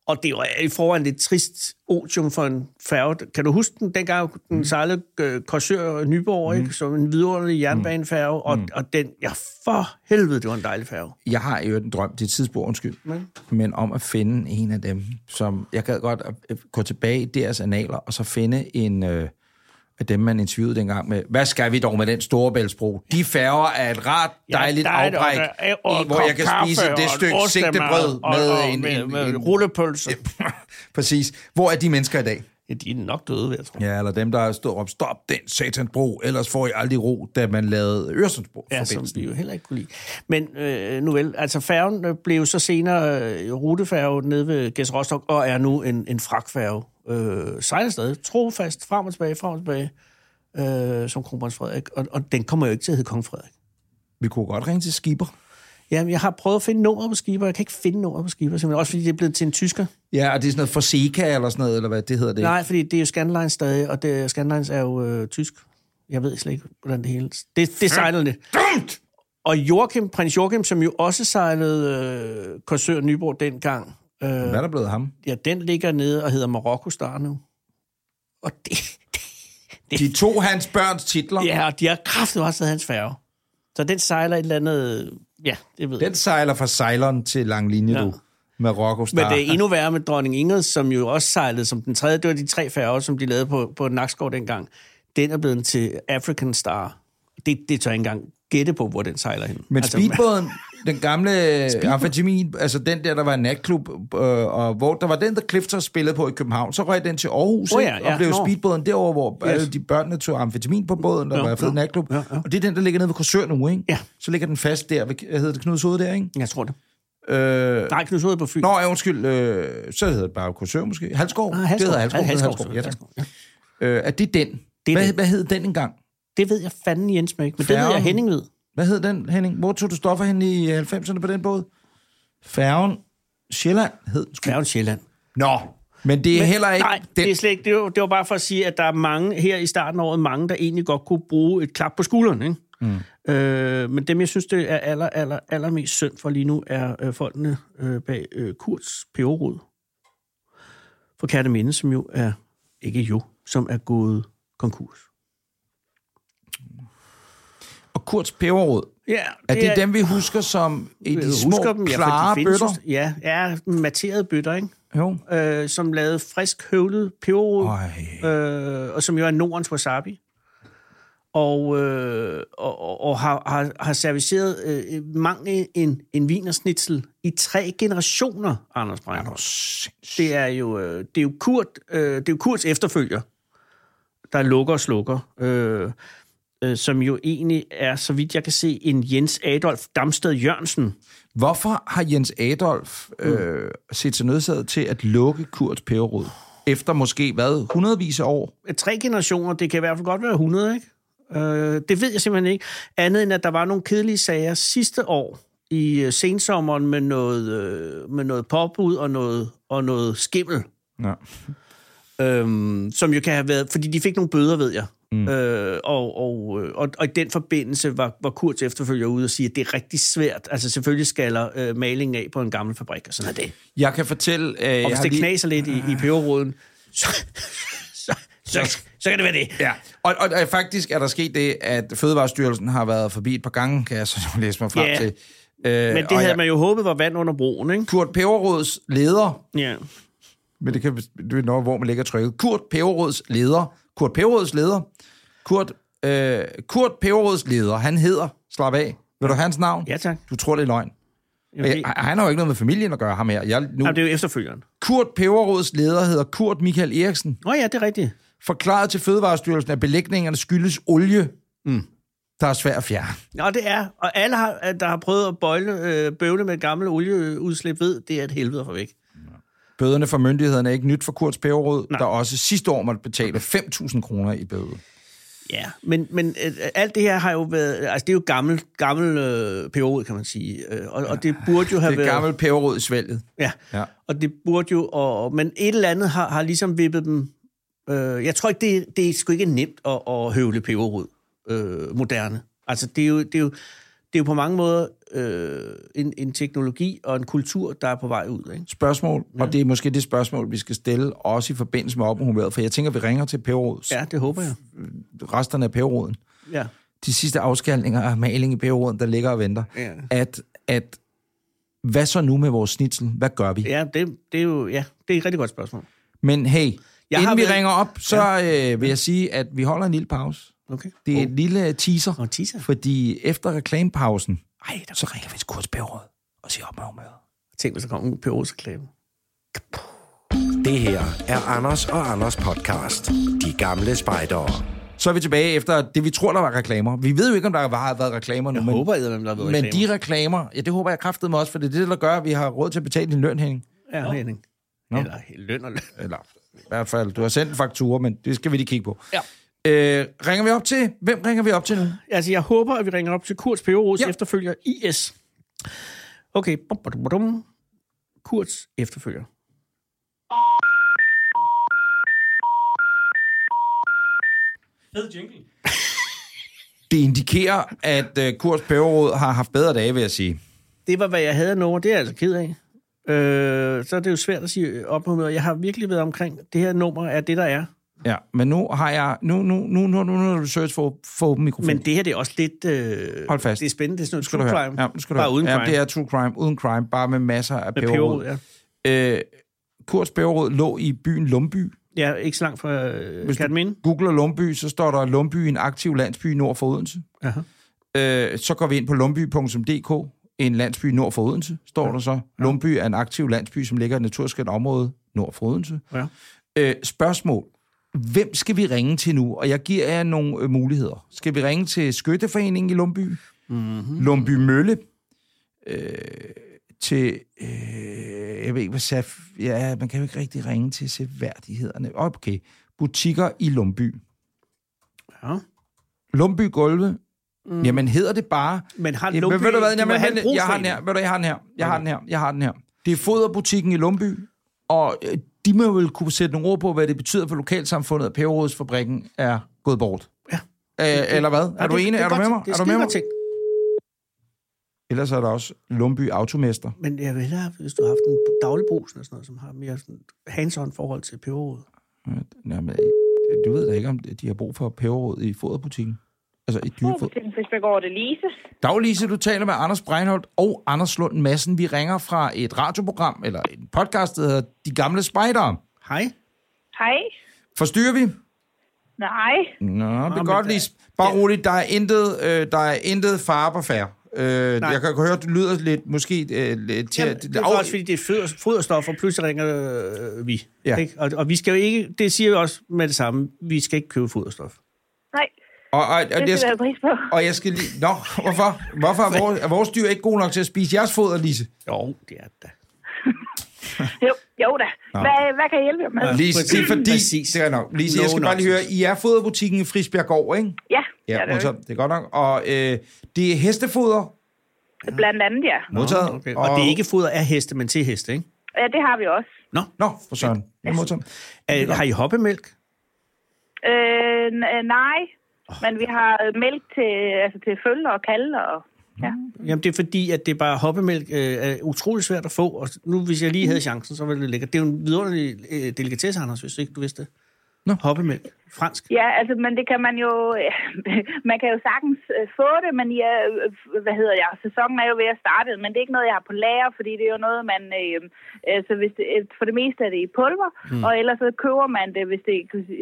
Og det er jo i forvejen lidt trist otium for en færge. Kan du huske den? Dengang den mm. sejlede øh, Korsør Nyborg, mm. ikke? som en vidunderlig jernbanefærge, og, mm. og den, ja for helvede, det var en dejlig færge. Jeg har jo en drøm, det er et tidsspor, undskyld, men. men om at finde en af dem, som jeg gad godt at øh, gå tilbage i deres analer, og så finde en øh, af dem, man interviewede dengang med, hvad skal vi dog med den store bælsbro? De færger er et rart, dejligt ja, dejligt, afbræk, og der er- i, og hvor kop jeg kan kaffe spise og det en stykke ostemad sigtebrød og- med, og en, med, en, med en, rullepølse. [LAUGHS] Præcis. Hvor er de mennesker i dag? Ja, de er nok døde, vil jeg tro. Ja, eller dem, der stod og råbte, stop den satansbro, ellers får I aldrig ro, da man lavede Øresundsbro. Ja, som vi jo heller ikke kunne lide. Men øh, nu vel, altså færgen øh, blev så senere øh, rutefærge nede ved Gæs Rostock, og er nu en, en fragtfærge. Øh, sejler stadig trofast frem og tilbage, frem og tilbage, øh, som kronprins Frederik. Og, og den kommer jo ikke til at hedde kong Frederik. Vi kunne godt ringe til Skipper. Jamen, jeg har prøvet at finde nummer på skiber, jeg kan ikke finde nummer på skiber, simpelthen. Også fordi det er blevet til en tysker. Ja, og det er sådan noget Forseca eller sådan noget, eller hvad det hedder det? Nej, fordi det er jo Scandlines stadig, og det, Scandlines er jo øh, tysk. Jeg ved slet ikke, hvordan det hele... Det, det sejler lidt. Dumt! Og Joachim, prins Joachim, som jo også sejlede øh, Korsør Nyborg dengang, øh, Hvad er der blevet af ham? ja, den ligger nede og hedder Marokko Star nu. Og det, De to hans børns titler, ja, og de har kraftet også taget hans færge. Så den sejler et eller andet, øh, ja, det ved jeg. den sejler fra sejleren til langlinje, ja. Ja. du. Marokko Men Star. det er endnu værre med dronning Ingrid, som jo også sejlede som den tredje. Det var de tre færger, som de lavede på, på Nakskov dengang. Den er blevet til African Star. Det, det tør jeg ikke engang gætte på, hvor den sejler Altså, hen. [LAUGHS] Men speedbåden, den gamle øh, amfetamin, altså den der, der var en natklub, øh, og hvor der var den, der Clifton spillede på i København, så røg den til Aarhus, Åh oh, ja, ja, ja, og blev nå. speedbåden derover, hvor Yes. yes. alle de børnene tog amfetamin på båden, der Nå, var en fed nå, natklub. ja, Ja, ja. ja. Og det er den, der ligger nede ved Korsør nu, ikke? Ja. Så ligger den fast der, ved, hvad hedder det Knuds Hoved der, ikke? Jeg tror det. Øh, Nej, Knus Hoved på Fyn. nå, ja, undskyld, øh, så hedder det bare Korsør måske. Halskov, Ah, ah, det hedder Halskov. det hedder Halskov, Halskov. Ja, tak. Halskov, ja. Øh, er det den? er Hvad, den. hvad hed den engang? Det ved jeg fanden Jens med ikke, men det ved jeg Færgen. Henning ved. Hvad hed den, Henning? Hvor tog du stoffer hen i 90'erne på den båd? Færgen Sjælland hed den sgu. Færgen Sjælland. Nå, men det er men, heller ikke... Nej, den. det er slet ikke. Det var, det var bare for at sige, at der er mange her i starten af året, mange, der egentlig godt kunne bruge et klap på skulderen, ikke? Mm. Øh, men dem, jeg synes, det er aller, aller, allermest synd for lige nu, er øh, folkene øh, bag øh, Kurz Peberod for Kærte Minde, som jo er, ikke jo, som er gået konkurs. Og Kurts peberrod. Ja, Er det dem, vi husker som i de små, husker dem, ja, for de klare findes bøtter? jo- Ja, ja, materede bøtter, ikke? Jo. øh, som lavede frisk høvlet peberrod, Ej. øh, og som jo er Nordens wasabi. og, øh, og, og, og har, har, har serviceret øh, mange en, en vinersnitzel i tre generationer, Anders Breinholt. Det er jo, øh, det er jo, Kurt, øh, det er jo Kurts efterfølger, der lukker og slukker, øh, øh, som jo egentlig er, så vidt jeg kan se, en Jens Adolf Damsted Jørgensen. Hvorfor har Jens Adolf Mm. øh, set sig nødsaget til at lukke Kurts peberrod? Efter måske, hvad, hundredvis af år? Tre generationer, det kan i hvert fald godt være 100, ikke? Øh, det ved jeg simpelthen ikke. Andet end, at der var nogle kedelige sager sidste år i øh, sensommeren med noget, øh, med noget påbud og noget, og noget skimmel. Ja. øhm, som jo kan have været, fordi de fik nogle bøder, ved jeg. Mm. Øh, og, og, øh, og, og i den forbindelse var, var Kurz efterfølger ude og sige, at det er rigtig svært. Altså selvfølgelig skaller øh, malingen af på en gammel fabrik, og sådan er det. Jeg kan fortælle... Øh, Og jeg hvis har det lige- knaser lidt i, i peberroden, så, så, så, så, så kan det være det. Ja, og, og, og faktisk er der sket det, at Fødevarestyrelsen har været forbi et par gange, kan jeg så [LAUGHS] læse mig frem Ja. til. Øh, Men det og havde jeg- man jo håbet var vand under broen, ikke? Kurt Peberrods leder, Ja. men det kan det er nok, hvor man lægger trykket. Kurt Peberrods leder, Kurt Peberrods leder, Kurt, øh, Kurt Peberrods leder, han hedder, slap af, vil du have hans navn? Ja, tak. Du tror, det er løgn. Jamen, det, Jeg, han har jo ikke noget med familien at gøre, ham her. Jeg, nu, jamen, det er jo efterfølgeren. Kurt Peberrods leder hedder Kurt Michael Eriksen. Nå ja, det er rigtigt. forklaret til Fødevarestyrelsen, at belægningerne skyldes olie, mm. der er svært at fjerne. Nå, det er. Og alle, har, der har prøvet at bøjle, øh, bøvle med et gammelt olieudslip, ved, det er et helvede for væk. Bøderne fra myndighederne er ikke nyt for Kurts Pæverød, der også sidste år måtte betale 5.000 kroner i bøde. Ja, men, men øh, alt det her har jo været... Altså, det er jo gammel, gammel øh, periode, kan man sige. Øh, og, og det burde jo have Det er været... gammelt Pæverød i svælget. Ja. Ja. ja, og det burde jo... Og, og- men et eller andet har, har ligesom vippet dem... Øh, jeg tror ikke, det, det er sgu ikke nemt at, at høvle peberrod øh, moderne. Altså, det er, jo, det, er jo, det er jo på mange måder øh, en, en teknologi og en kultur, der er på vej ud, ikke? Spørgsmål, ja. og det er måske det spørgsmål, vi skal stille, også i forbindelse med opmummeret, for jeg tænker, vi ringer til Pæverøds, ja. Ja, det håber jeg. resterne af Pæverøden. Ja. De sidste afskalninger af maling i Pæverøden, der ligger og venter. Ja. At, at, hvad så nu med vores snitsel? Hvad gør vi? Ja, det, det er jo ja, det er et rigtig godt spørgsmål. Men hey, jeg har inden vi været- ringer op, så øh, vil jeg sige, at vi holder en lille pause. Okay. Det er oh. en lille teaser, Og teaser. fordi efter reklamepausen, ej, der så ringer vi til Kurt Bævråd og siger op med humøret. Tænk, hvis der kommer en PO's-reklame. Det her er Anders og Anders podcast. De gamle spejdere. Så er vi tilbage efter det, vi tror, der var reklamer. Vi ved jo ikke, om der har været reklamer nu, Jeg men, håber, at der er blevet men de reklamer, ja, det håber jeg kraftedeme også, for det er det, der gør, at vi har råd til at betale din løn, Henning. Ja, Henning. Eller løn og løn. Eller i hvert fald, du har sendt en faktura, men det skal vi lige kigge på. Ja. Øh, ringer vi op til? Hvem ringer vi op til nu? Altså, jeg håber, at vi ringer op til Kurts PO-råds Ja. ja. efterfølger IS. Okay. Bum, bum, bum, bum. Kurts efterfølger. Fed jingle. Det indikerer, at øh, Kurt Bævråd har haft bedre dage, vil jeg sige. Det var, hvad jeg havde nu, og det er jeg altså ked af. Øh, så er det jo svært at sige op på møder. Jeg har virkelig været omkring, det her nummer er det, der er. Ja, men nu har jeg... Nu, nu, nu, nu, nu, nu er du seriøst for, for åben mikrofon. Men det her, det er også lidt... Øh, Hold fast. Det er spændende. Det er sådan noget skal du true høre. crime. Ja, nu skal du Bare høre. uden ja, crime. det er true crime, uden crime, bare med masser af Med peberrod, peberrod. ja. Øh, Kurs Peberrod lå i byen Lumby. Ja, ikke så langt fra øh, Katmine. Googler Lumby, så står der Lumby, en aktiv landsby nord for Odense. Aha. Øh, så går vi ind på lumby.dk, en landsby nord for Odense, står der så. Lumby er en aktiv landsby, som ligger i et naturskært område nord for Odense. Ja. Øh, spørgsmål. Hvem skal vi ringe til nu? Og jeg giver jer nogle øh, muligheder. Skal vi ringe til Skytteforeningen i Lumby? Mm-hmm. Lumby Mølle? Øh, til... Øh, jeg ved ikke, hvad Saf... Ja, man kan jo ikke rigtig ringe til seværdighederne. Okay. Butikker i Lumby. Ja. Lumby Gulve. Mm. Jamen, hedder det bare... Men har Jamen, Lumby... ved du hvad, de må jamen, have en jeg, jeg, har den brugsforening. her, ved du, jeg har den her, jeg har den her, jeg har den her. Det er foderbutikken i Lumby, og øh, de må vel kunne sætte nogle ord på, hvad det betyder for lokalsamfundet, at Pæverådsfabrikken er gået bort. Ja. Øh, eller hvad? Ja, Er du det- enig? det Er du med godt- mig? Det Er du med mig? Ting. Ellers er der også Lumby Automester. Men jeg vil hellere, hvis du har haft en daglig brus eller sådan noget, som har mere sådan hands-on forhold til peberrod. Jamen, Øh, du ved da ikke, om de har brug for Pæveråd i foderbutikken. Altså i dyrefod. Til Frisbækgård, det er Lise. Daglise, du taler med Anders Breinholt og Anders Lund Madsen. Vi ringer fra et radioprogram, eller en podcast, der hedder De Gamle Spejdere. Hej. Hej. Forstyrrer vi? Nej. Nå, det men kan godt der- lige... Bare roligt, der er intet, øh, der er intet far på færre. Øh, jeg kan høre, at du lyder lidt, måske øh, lidt til... Jamen, det er også, fordi det er foder- foderstof, og pludselig ringer øh, vi. Ja. Ikke? Og, og vi skal jo ikke, det siger vi også med det samme, vi skal ikke købe foderstof. Nej, og, og, og, det jeg skal jeg skal, have pris på. og jeg skal lige... Nå, hvorfor? Hvorfor er vores, er vores dyr ikke gode nok til at spise jeres foder, Lise? Jo, det er det da. Jo, jo da. Hvad, hvad kan jeg hjælpe jer med? Lise, det er Præcis. fordi... Præcis. Det er nok. Lise, No jeg skal bare lige høre, nonsense. I er foderbutikken i Frisbjerggård, ikke? Ja, Ja, det er modtaget. Det er godt nok. Og øh, det er hestefoder, det. Blandt andet, ja. modtaget. Okay. Og, og det er ikke foder af heste, men til heste, ikke? Ja, det har vi også. Nå, Nå, for søren. Ja, modtaget. er, har I hoppemælk? Øh, n- øh, nej, men vi har øh, mælk til, altså til følge og kalde og... Ja. Jamen, det er fordi, at det er bare hoppemælk øh, er utrolig svært at få, og nu, hvis jeg lige havde chancen, så ville det lækkert. Det er jo en vidunderlig øh, delikatesse, Anders, hvis ikke du vidste det. Nå. Hoppemælk. Fransk. Ja, altså, men det kan man jo... [LAUGHS] man kan jo sagtens øh, få det, men ja, øh, hvad hedder jeg? Sæsonen er jo ved at starte, men det er ikke noget, jeg har på lager, fordi det er jo noget, man... Øh, øh, så hvis det, øh, for det meste er det i pulver, mm. og ellers så køber man det, hvis det...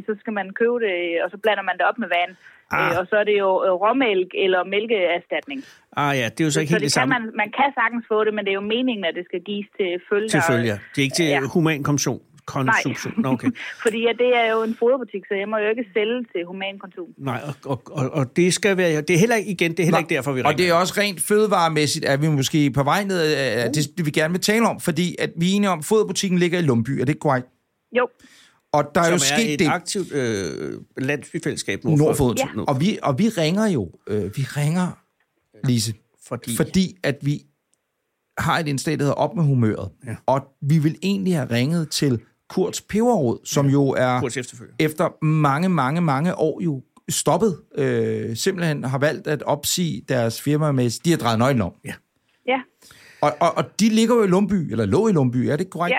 Så skal man købe det, og så blander man det op med vand. Ah. Ah. og så er det jo øh, råmælk eller mælkeerstatning. Ah ja, det er jo så ikke helt så det det kan samme man, man kan sagtens få det, men det er jo meningen, at det skal gives til følger. til følger. Det er ikke til Ja. ja. human konsum. Konsumtion. Nå, okay. [LAUGHS] Fordi ja, det er jo en foderbutik, så jeg må jo ikke sælge til human konsum. Nej, og, og, og, og det skal være... Det er heller ikke, igen, det er heller ikke derfor, vi ringer. Og det er også rent fødevaremæssigt, at vi måske på vej ned af uh. det, det, vi gerne vil tale om, fordi at vi er enige om, at foderbutikken ligger i Lumby, er det ikke korrekt? Jo, Og der er jo som er sket et det aktivt øh, landsbyfællesskab nord for, nordfod. Ja. Ja. Og, vi, og vi ringer jo, øh, vi ringer, Lise, Fordi- fordi at vi har et indslag, der hedder Op med humøret. Ja. Og vi vil egentlig have ringet til Kurts Peberråd, som ja. jo er... Kurts efterfølger. efter mange, mange, mange år jo stoppet, øh, simpelthen har valgt at opsige deres firma med, de har drejet nøglen om. ja, Og, og, og de ligger jo i Lumby, eller lå i Lumby, er det ikke korrekt?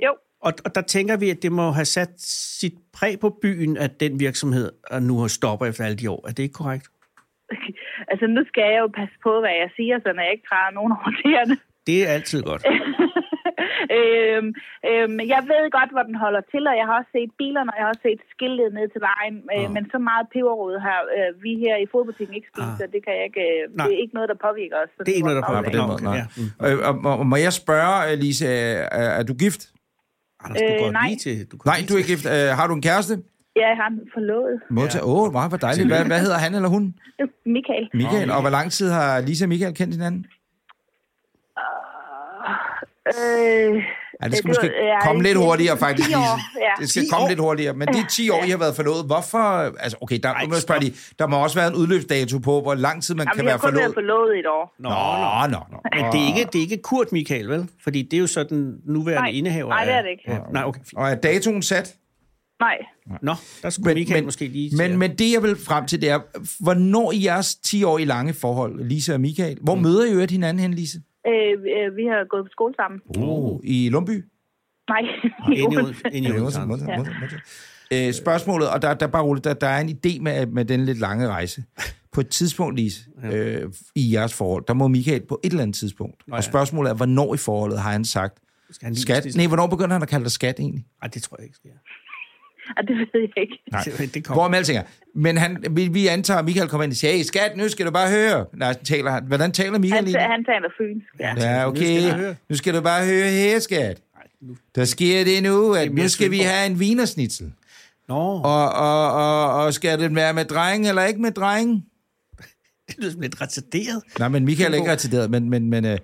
ja, jo. [LAUGHS] Og, og der tænker vi, at det må have sat sit præg på byen, at den virksomhed og nu har stopper efter alle de år. Er det ikke korrekt? Altså, nu skal jeg jo passe på, hvad jeg siger, så jeg ikke træder nogen over [LAUGHS] tæerne. Det er altid godt. Øh, øhm, øhm, jeg ved godt, hvor den holder til, og jeg har også set bilerne, og jeg har også set skiltet ned til vejen. Øh, Men så meget peberrod har øh, vi her i fodbutikken ikke spist, så det, kan jeg ikke, øh, Ah. Nej. det er ikke noget, der påvirker os. så Det er ikke noget, der må påvirker. Nej, aflade. Ah, på den Nå, okay, måde, nej. ja. Øh, og, og, og må jeg spørge, øh, Lise, er, er du gift? Anders, du Øh, går nej. lige til... Du går Nej, lige du er ikke gift. Øh, har du en kæreste? Ja, han forlod. Modtager. Åh, ja. oh, hvor dejligt. Hvad, hvad hedder han eller hun? [LAUGHS] Michael. Michael. Og hvor lang tid har Lise og Michael kendt hinanden? Øh, Ja, det skal øh, måske var- ja, komme det- lidt hurtigere, faktisk. 10 år, Lise. ja. Det skal 10 komme år? lidt hurtigere. Men de 10 år, I har været forlovet, hvorfor... Altså, okay, der, nu må jeg spørge lige, der må også være en udløbsdato på, hvor lang tid man Jamen, kan vi har være kun forlovet. været forlovet i et år. Nå, nå. Nå, nå, nå. Men det er, ikke, det er ikke Kurt Michael, vel? Fordi det er jo sådan nuværende Nej. indehaver Nej, det er af- det ikke. Ja. Nej, okay. fint. Og er datoen sat? Nej. Nå, der skulle men, Michael men, måske lige til. men, men det, jeg vil frem til, det er, hvornår i jeres 10 år i lange forhold, Lise og Michael, hvor mm. møder I øvrigt hinanden hen, Lise? Øh, øh, vi har gået på skole sammen. Oh. Uh. I Lumby? Nej. [LAUGHS] Ind i Odense. Ind i Ja, Odense, modtaget, Anders. modtaget, modtaget, modtaget. Øh, spørgsmålet, og der, der, er bare roligt, der, der er en idé med, med den lidt lange rejse. På et tidspunkt, Lise, øh, i jeres forhold, der må Michael på et eller andet tidspunkt. Og spørgsmålet er, hvornår i forholdet har han sagt Skal han lige skat? tisse? Nej, hvornår begynder han at kalde dig skat egentlig? Nej, det tror jeg ikke sker. Og det ved jeg ikke. Nej. Det, det kommer. Hvor med alting er. Men han, vi, vi antager, at Michael kommer ind og siger, hey skat, nu skal du bare høre. Nej, så taler han. Hvordan taler Michael Han, egentlig? han taler fynsk. Ja, Nu skal jeg okay. høre. Nu skal du bare høre her, skat. Der sker det nu, at nu skal vi have en vinersnitzel. Nå, Og, og, og, og skal den være med drenge eller ikke med drenge? det lyder som lidt retarderet. Nej, men Michael er ikke retarderet, men, men, men øh,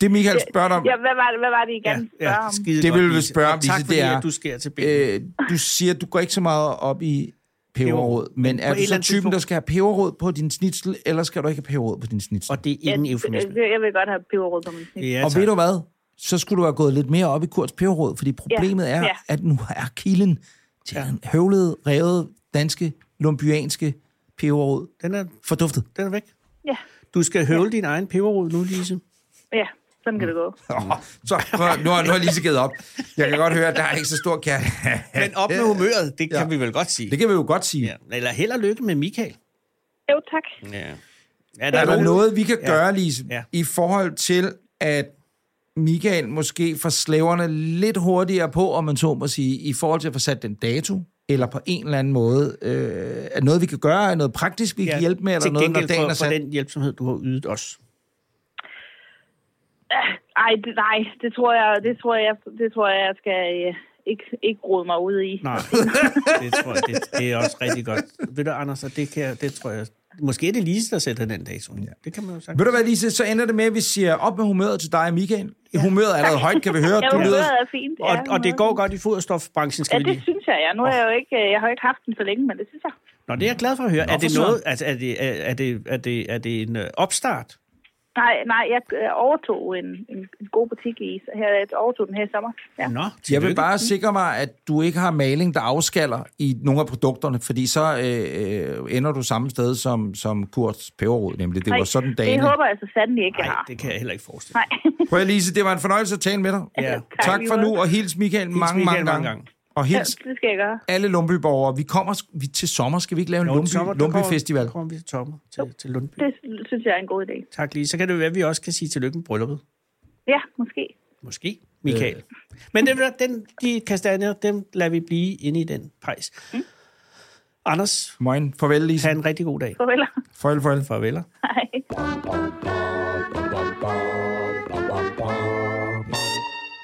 det Michael spørger dig om, Ja, hvad var det, hvad var det I gerne ja, spørge om? skide Det godt, vil vi Lise. spørge om, Og Tak Lise, fordi, det er- at du skærer til benet. øh, du siger, at du går ikke så meget op i peberråd, men på er et du eller så andet typen, der tidspunkt- skal have peberråd på din snitsel, eller skal du ikke have peberråd på din snitsel? Og det altså- er ingen eufemisme. øh, Jeg, jeg vil godt have peberrød på min snit. Ja, Og tak. ved du hvad? Så skulle du have gået lidt mere op i Kurts peberråd, fordi problemet er, ja. at nu er kilden til den høvlede, revet, danske, lumbianske peberråd Den er, forduftet. den er væk. Ja, Du skal høvle din egen peberrod nu, Lise. ja, sådan Mm. kan det gå. Oh, så prøv, nu har, nu har Lise givet op. Jeg kan godt høre, at der er ikke så stor kærlighed. Men op med humøret, det kan Ja. vi vel godt sige. Det kan vi jo godt sige. Ja. Eller held og lykke med Michael. Jo, tak. Ja. Ja, Er der noget, vi kan Ja. gøre, Lise, Ja. i forhold til, at Michael måske får slaverne lidt hurtigere på, om man så må sige, i forhold til at få sat den dato, eller på en eller anden måde, øh, er noget, vi kan gøre, er noget praktisk, vi ja, kan hjælpe med, eller til noget, når gengæld dagen er for, for sat. den hjælpsomhed, du har ydet os. Ej, det, nej, det tror jeg, det tror jeg, det tror jeg, jeg skal øh, ikke, ikke rode mig ud i. [LAUGHS] Nej, det tror jeg, det, det er også rigtig godt. Ved du, Anders, og det, kan, jeg- det tror jeg... Måske er det Lise, der sætter den dato. Ja. Det kan man jo sagt. Ved du hvad, Lise, så ender det med, at vi siger op med humøret til dig, Michael. Ja. Humøret er allerede højt, kan vi høre. Jeg Du lyder, humøret er fint. Og, ja, og det humøret- går godt i foderstofbranchen, Ja, skal vi det lige. synes jeg, ja. Nu er jeg jo ikke, øh, jeg har jo ikke haft den for længe, men det synes jeg. Nå, det er jeg glad for at høre. er det for noget... Altså, er, det, er, er, det, er, det, er det en øh, opstart? Nej, nej, jeg øh, overtog en, en, en god butik i så her, jeg overtog den her i sommer. Ja. Nå, jeg tillykke. vil bare sikre mig, at du ikke har maling, der afskaller i nogle af produkterne, fordi så øh, øh, ender du samme sted som, som Kurts peberrod, nemlig. Det var sådan dagen. det håber jeg så sandelig ikke, jeg Nej, har. det kan jeg heller ikke forestille. Nej. Prøv at, Lise, det var en fornøjelse at tale med dig. Ja. [LAUGHS] Tak Tak lige for måde. nu, og hils Michael, hils mange, Michael mange, mange gange. gange. Og Ja, hils det skal jeg gøre. alle Lumbyborgere. Vi kommer sk- vi, til sommer, skal vi ikke lave en Jo, Lumby, til sommer, der Lumby kommer- Festival? kommer vi til, tommer, til, til Lundby. Det synes jeg er en god idé. Tak lige. Så kan det jo være, at vi også kan sige tillykke med brylluppet. Ja, måske. Måske, Michael. Øh. Men den, den, de kastanjer, dem lader vi blive inde i den pejs. Mm. Anders, Moin. Farvel, Lise. have en rigtig god dag. Farvel. [LAUGHS] Farvel, farvel. Farveler. Hej.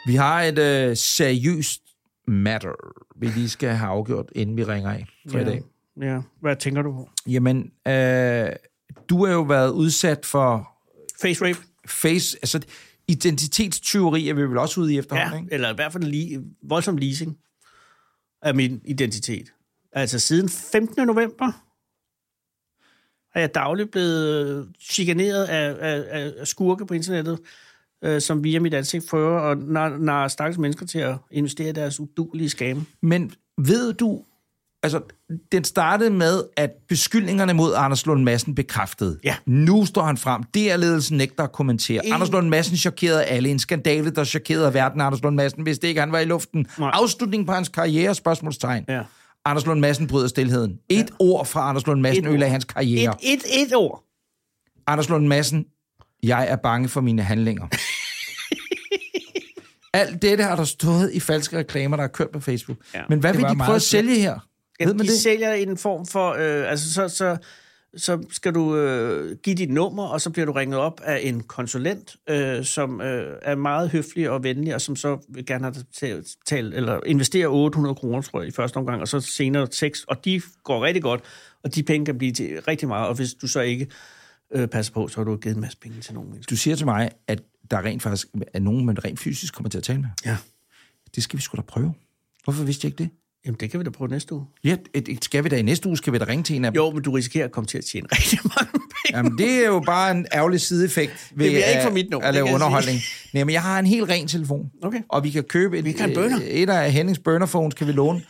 Vi har et øh, seriøst matter, vi lige skal have afgjort, inden vi ringer af for i dag. Ja. Hvad tænker du på? Jamen, øh, du har jo været udsat for Face rape? face, altså identitetstyveri er vi vel også ude i efterhånden, Ja, ikke? eller i hvert fald li- voldsom leasing af min identitet. Altså siden 15. november er jeg dagligt blevet øh, chikaneret af, af, af- af skurke på internettet, øh, som via mit ansigt prøver at nar- narre stakkels mennesker til at investere i deres udulige skam. Men ved du, altså, den startede med, at beskyldningerne mod Anders Lund Madsen bekræftede. Ja. Nu står han frem. DR-ledelsen nægter at kommentere. En... Anders Lund Madsen chokerede alle. En skandale, der chokerede verden. Anders Lund Madsen vidste ikke, han var i luften. Nej. Afslutning på hans karriere, spørgsmålstegn. Ja. Anders Lund Madsen bryder stilheden. Et ord fra Anders Lund Madsen Et ord. ødelagde hans Et, karriere. et, et ord. Anders Lund Madsen, jeg er bange for mine handlinger. Alt dette har der stået i falske reklamer, der er kørt på Facebook. Ja, Ja. Men hvad Det vil var de meget prøve at slemt. sælge her? Ved Jamen, man de det? det? sælger en form for... Øh, altså, så, så, så skal du øh, give dit nummer, og så bliver du ringet op af en konsulent, øh, som øh, er meget høflig og venlig, og som så vil gerne have dig til at tale, eller investere 800 kroner, tror jeg, i første omgang, og så senere tekst, og de går rigtig godt, og de penge kan blive til rigtig meget, og hvis du så ikke øh, passer på, så har du givet en masse penge til nogle mennesker. Du siger til mig, at der rent faktisk er nogen, man rent fysisk kommer til at tale med. Ja. Det skal vi sgu da prøve. Hvorfor vidste jeg ikke det? Jamen, det kan vi da prøve næste uge. Ja, et, et, skal vi da i næste uge, skal vi da ringe til en af dem? Jo, men du risikerer at komme til at tjene [LAUGHS] rigtig mange penge. Jamen, det er jo bare en ærgerlig sideeffekt ved Det bliver ikke at- fra mit nummer, at det lave kan jeg sige. underholdning. Nej, men jeg har en helt ren telefon. Okay. Og vi kan købe et, vi kan burner. et af Hennings burnerphones, kan vi låne.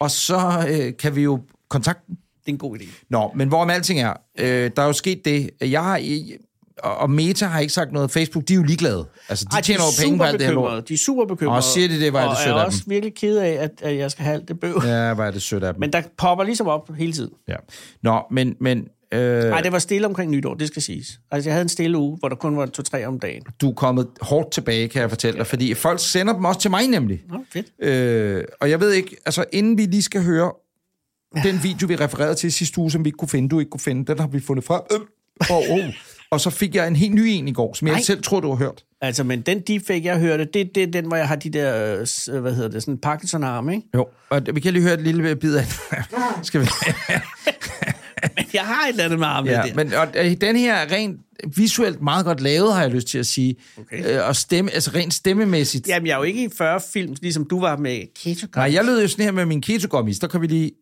Og så øh, kan vi jo kontakte dem. Det er en god idé. Nå, men hvorom alting er, øh, der er jo sket det. Jeg har, i- og og Meta har ikke sagt noget. Facebook, de er jo ligeglade. Altså, de Ej, Ej, tjener er jo penge på alt det her superbekymrede. lort. De er super bekymrede. Åh, siger de det? Hvor er det og sødt er af dem. også virkelig ked af, at, at jeg skal have alt det bøv. Ja. Ja, hvor er det sødt af [LAUGHS] dem. Men der popper ligesom op hele tiden. Ja. Nå, men, men øh, Nej, det var stille omkring nytår, det skal siges. Altså, jeg havde en stille uge, hvor der kun var to-tre om dagen. du er kommet hårdt tilbage, kan jeg fortælle dig, fordi folk sender dem også til mig nemlig. Nå, fedt. Øh, og jeg ved ikke, altså inden vi lige skal høre den video, vi refererede til sidste uge, som vi ikke kunne finde, du ikke kunne finde, den har vi fundet frem. Øh, og, oh, og så fik jeg en helt ny en i går, som jeg Nej. ikke selv tror, du har hørt. Altså, men den deepfake, jeg hørte, det, det er den, hvor jeg har de der, øh, s- hvad hedder det, sådan Parkinson-arme, ikke? Jo, og vi kan lige høre et lille bid af [LAUGHS] Skal vi? Men [LAUGHS] jeg har et eller andet med arme ja, Ja, der. Men... men og, øh, den her er rent visuelt meget godt lavet, har jeg lyst til at sige. Okay. Øh, og stemme, altså rent stemmemæssigt. Jamen, jeg er jo ikke i 40 film, ligesom du var med Keto Nej, jeg lød jo sådan her med min ketogummis, der kan vi lige...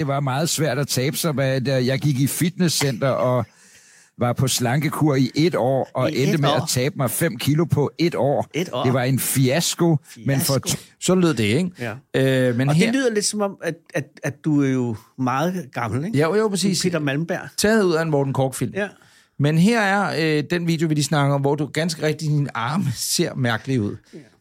Det var meget svært at tabe sig med, at øh, jeg gik i fitnesscenter og var på slankekur i et år, og I endte et med år? at tabe mig 5 kilo på et år. Et år? Det var en fiasko, fiasko. men for Fiasko. Så lød det, ikke? Ja. Øh, men Og her... det lyder lidt som om, at, at, at du er jo meget gammel, ikke? Ja, jo, præcis. Peter Malmberg. Taget ud af en Morten Kork-film. Ja. Men her er øh, den video, vi lige snakker om, hvor du ganske rigtigt, din arme ser mærkelig ud.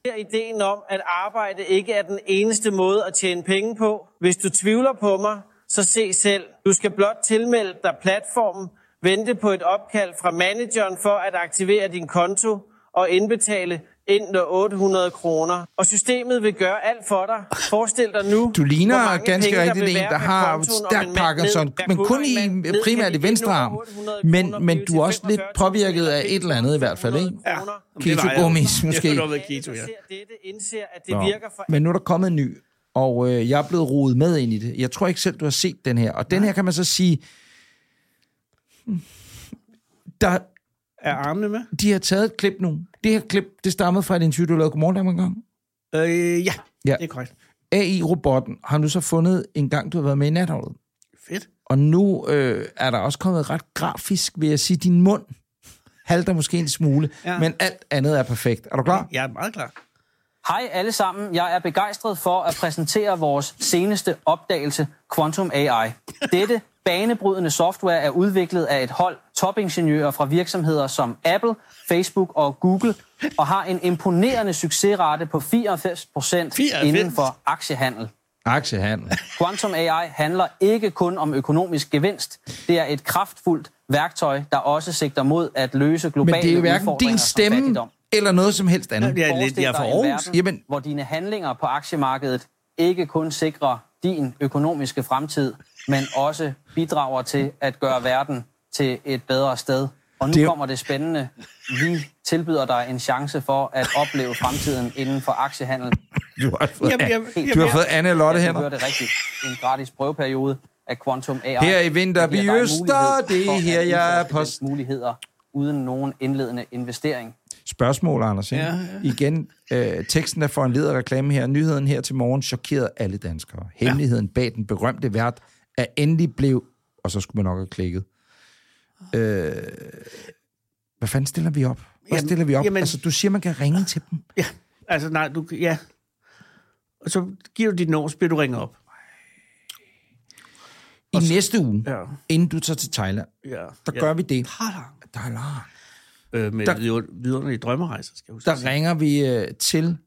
her ideen om, at arbejde ikke er den eneste måde at tjene penge på. Hvis du tvivler på mig, så se selv. Du skal blot tilmelde dig platformen, vente på et opkald fra manageren for at aktivere din konto og indbetale ind 800 kroner, og systemet vil gøre alt for dig. Forestil dig nu, Du ligner hvor mange ganske penge, rigtigt vil en, være der på har kontoen, om stærk en mand Parkinson, ved, at men kun kunne i- en mand ved, primært at i venstre nu arm. 800 Men- kroner men bliver du til er også lidt 45.000 påvirket af et eller andet i hvert fald, ikke? kroner. Alle, Keto-gummis måske. [LAUGHS] Jeg har været keto, der ja. ser dette, indser, at det virker for Men nu er der kommet en ny, og øh, jeg er blevet rodet med ind i det. Jeg tror ikke selv, du har set den her. Og den her kan man så sige, hmm, der, Er armene med? de har taget et klip nu. Det her klip, det stammede fra et interview, du lavede Godmorgen Danmark engang. Øh, ja. Ja. ja, det er korrekt. AI-robotten har nu så fundet en gang, du har været med i natholdet. Fedt. Og nu øh, er der også kommet ret grafisk, vil jeg sige, din mund halter måske en smule, ja. Ja. men alt andet er perfekt. Er du klar? Jeg er meget klar. Hej alle sammen. Jeg er begejstret for at præsentere vores seneste opdagelse, Quantum AI. Dette banebrydende software er udviklet af et hold topingeniører fra virksomheder som Apple, Facebook og Google, og har en imponerende succesrate på 94% 94? inden for aktiehandel. Aktiehandel. Quantum AI handler ikke kun om økonomisk gevinst. Det er et kraftfuldt værktøj, der også sigter mod at løse Men globale det er jo hverken udfordringer din som stemme fattigdom. eller noget som helst andet. Jeg er lidt, jeg er fra Forestil dig en Aarhus. verden, Jamen- hvor dine handlinger på aktiemarkedet ikke kun sikrer din økonomiske fremtid, men også bidrager til at gøre verden til et bedre sted. Og nu Det er det... jo- kommer det spændende. Vi tilbyder dig en chance for at opleve fremtiden inden for aktiehandel. Du har fået, Jamen, jamen, du har jamen, fået Anne Lotte Jeg hænder. hører det rigtigt. En gratis prøveperiode af Quantum AI. Her i vinter Det giver dig en bliver mulighed det for at her, jeg er udforske på- dens muligheder uden nogen indledende investering. Spørgsmål, Anders. Ikke? Ja, Ja, ja. ja. Igen, øh, teksten er foranledet af reklame her. Nyheden her til morgen chokerede alle danskere. Hemmeligheden ja. bag den berømte vært er endelig blev... Og så skulle man nok have klikket. Øh, hvad fanden stiller vi op? Hvad Jamen, stiller vi op? Jamen, jamen- altså, du siger, man kan ringe til dem. Ja, altså nej, du, ja. Og så giver du dit nummer, så bliver du ringet op. I næste uge, ja. Ja, inden du tager til Thailand, ja. der ja. gør vi det. Thailand. Thailand. Øh, med Der- der, vidunderlige drømmerejser, skal jeg huske. at Der sige. ringer vi øh, til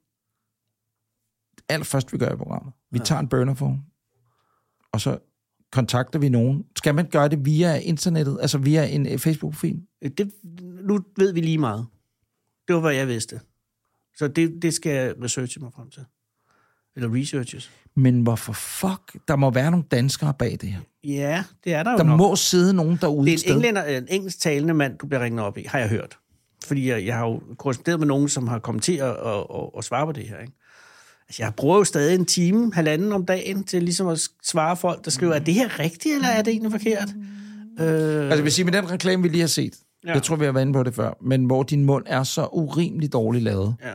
allerførst, vi gør i programmet. Vi ja. tager en burnerphone, og så kontakter vi nogen. Skal man gøre det via internettet, altså via en øh, Facebook-profil? Øh, Det, nu ved vi lige meget. Det var, hvad jeg vidste. Så det, det skal jeg researche mig frem til. Eller researches. Men hvorfor fuck? Der må være nogle danskere bag det her. Ja, det er der, jo Der nok. må sidde nogen derude Det et er sted. en, englænder, øh, en engelsktalende mand, du bliver ringet op i, har jeg hørt. Fordi jeg, jeg har jo korresponderet med nogen, som har kommet til at, at, at, at svare på det her. Ikke? Altså, jeg bruger jo stadig en time, halvanden om dagen, til ligesom at svare folk, der skriver, er det her rigtigt, eller er det egentlig forkert? Mm. Øh, Altså, jeg vil sige, med den reklame, vi lige har set, ja. Ja. jeg tror, vi har været inde på det før, men hvor din mund er så urimeligt dårligt lavet, ja.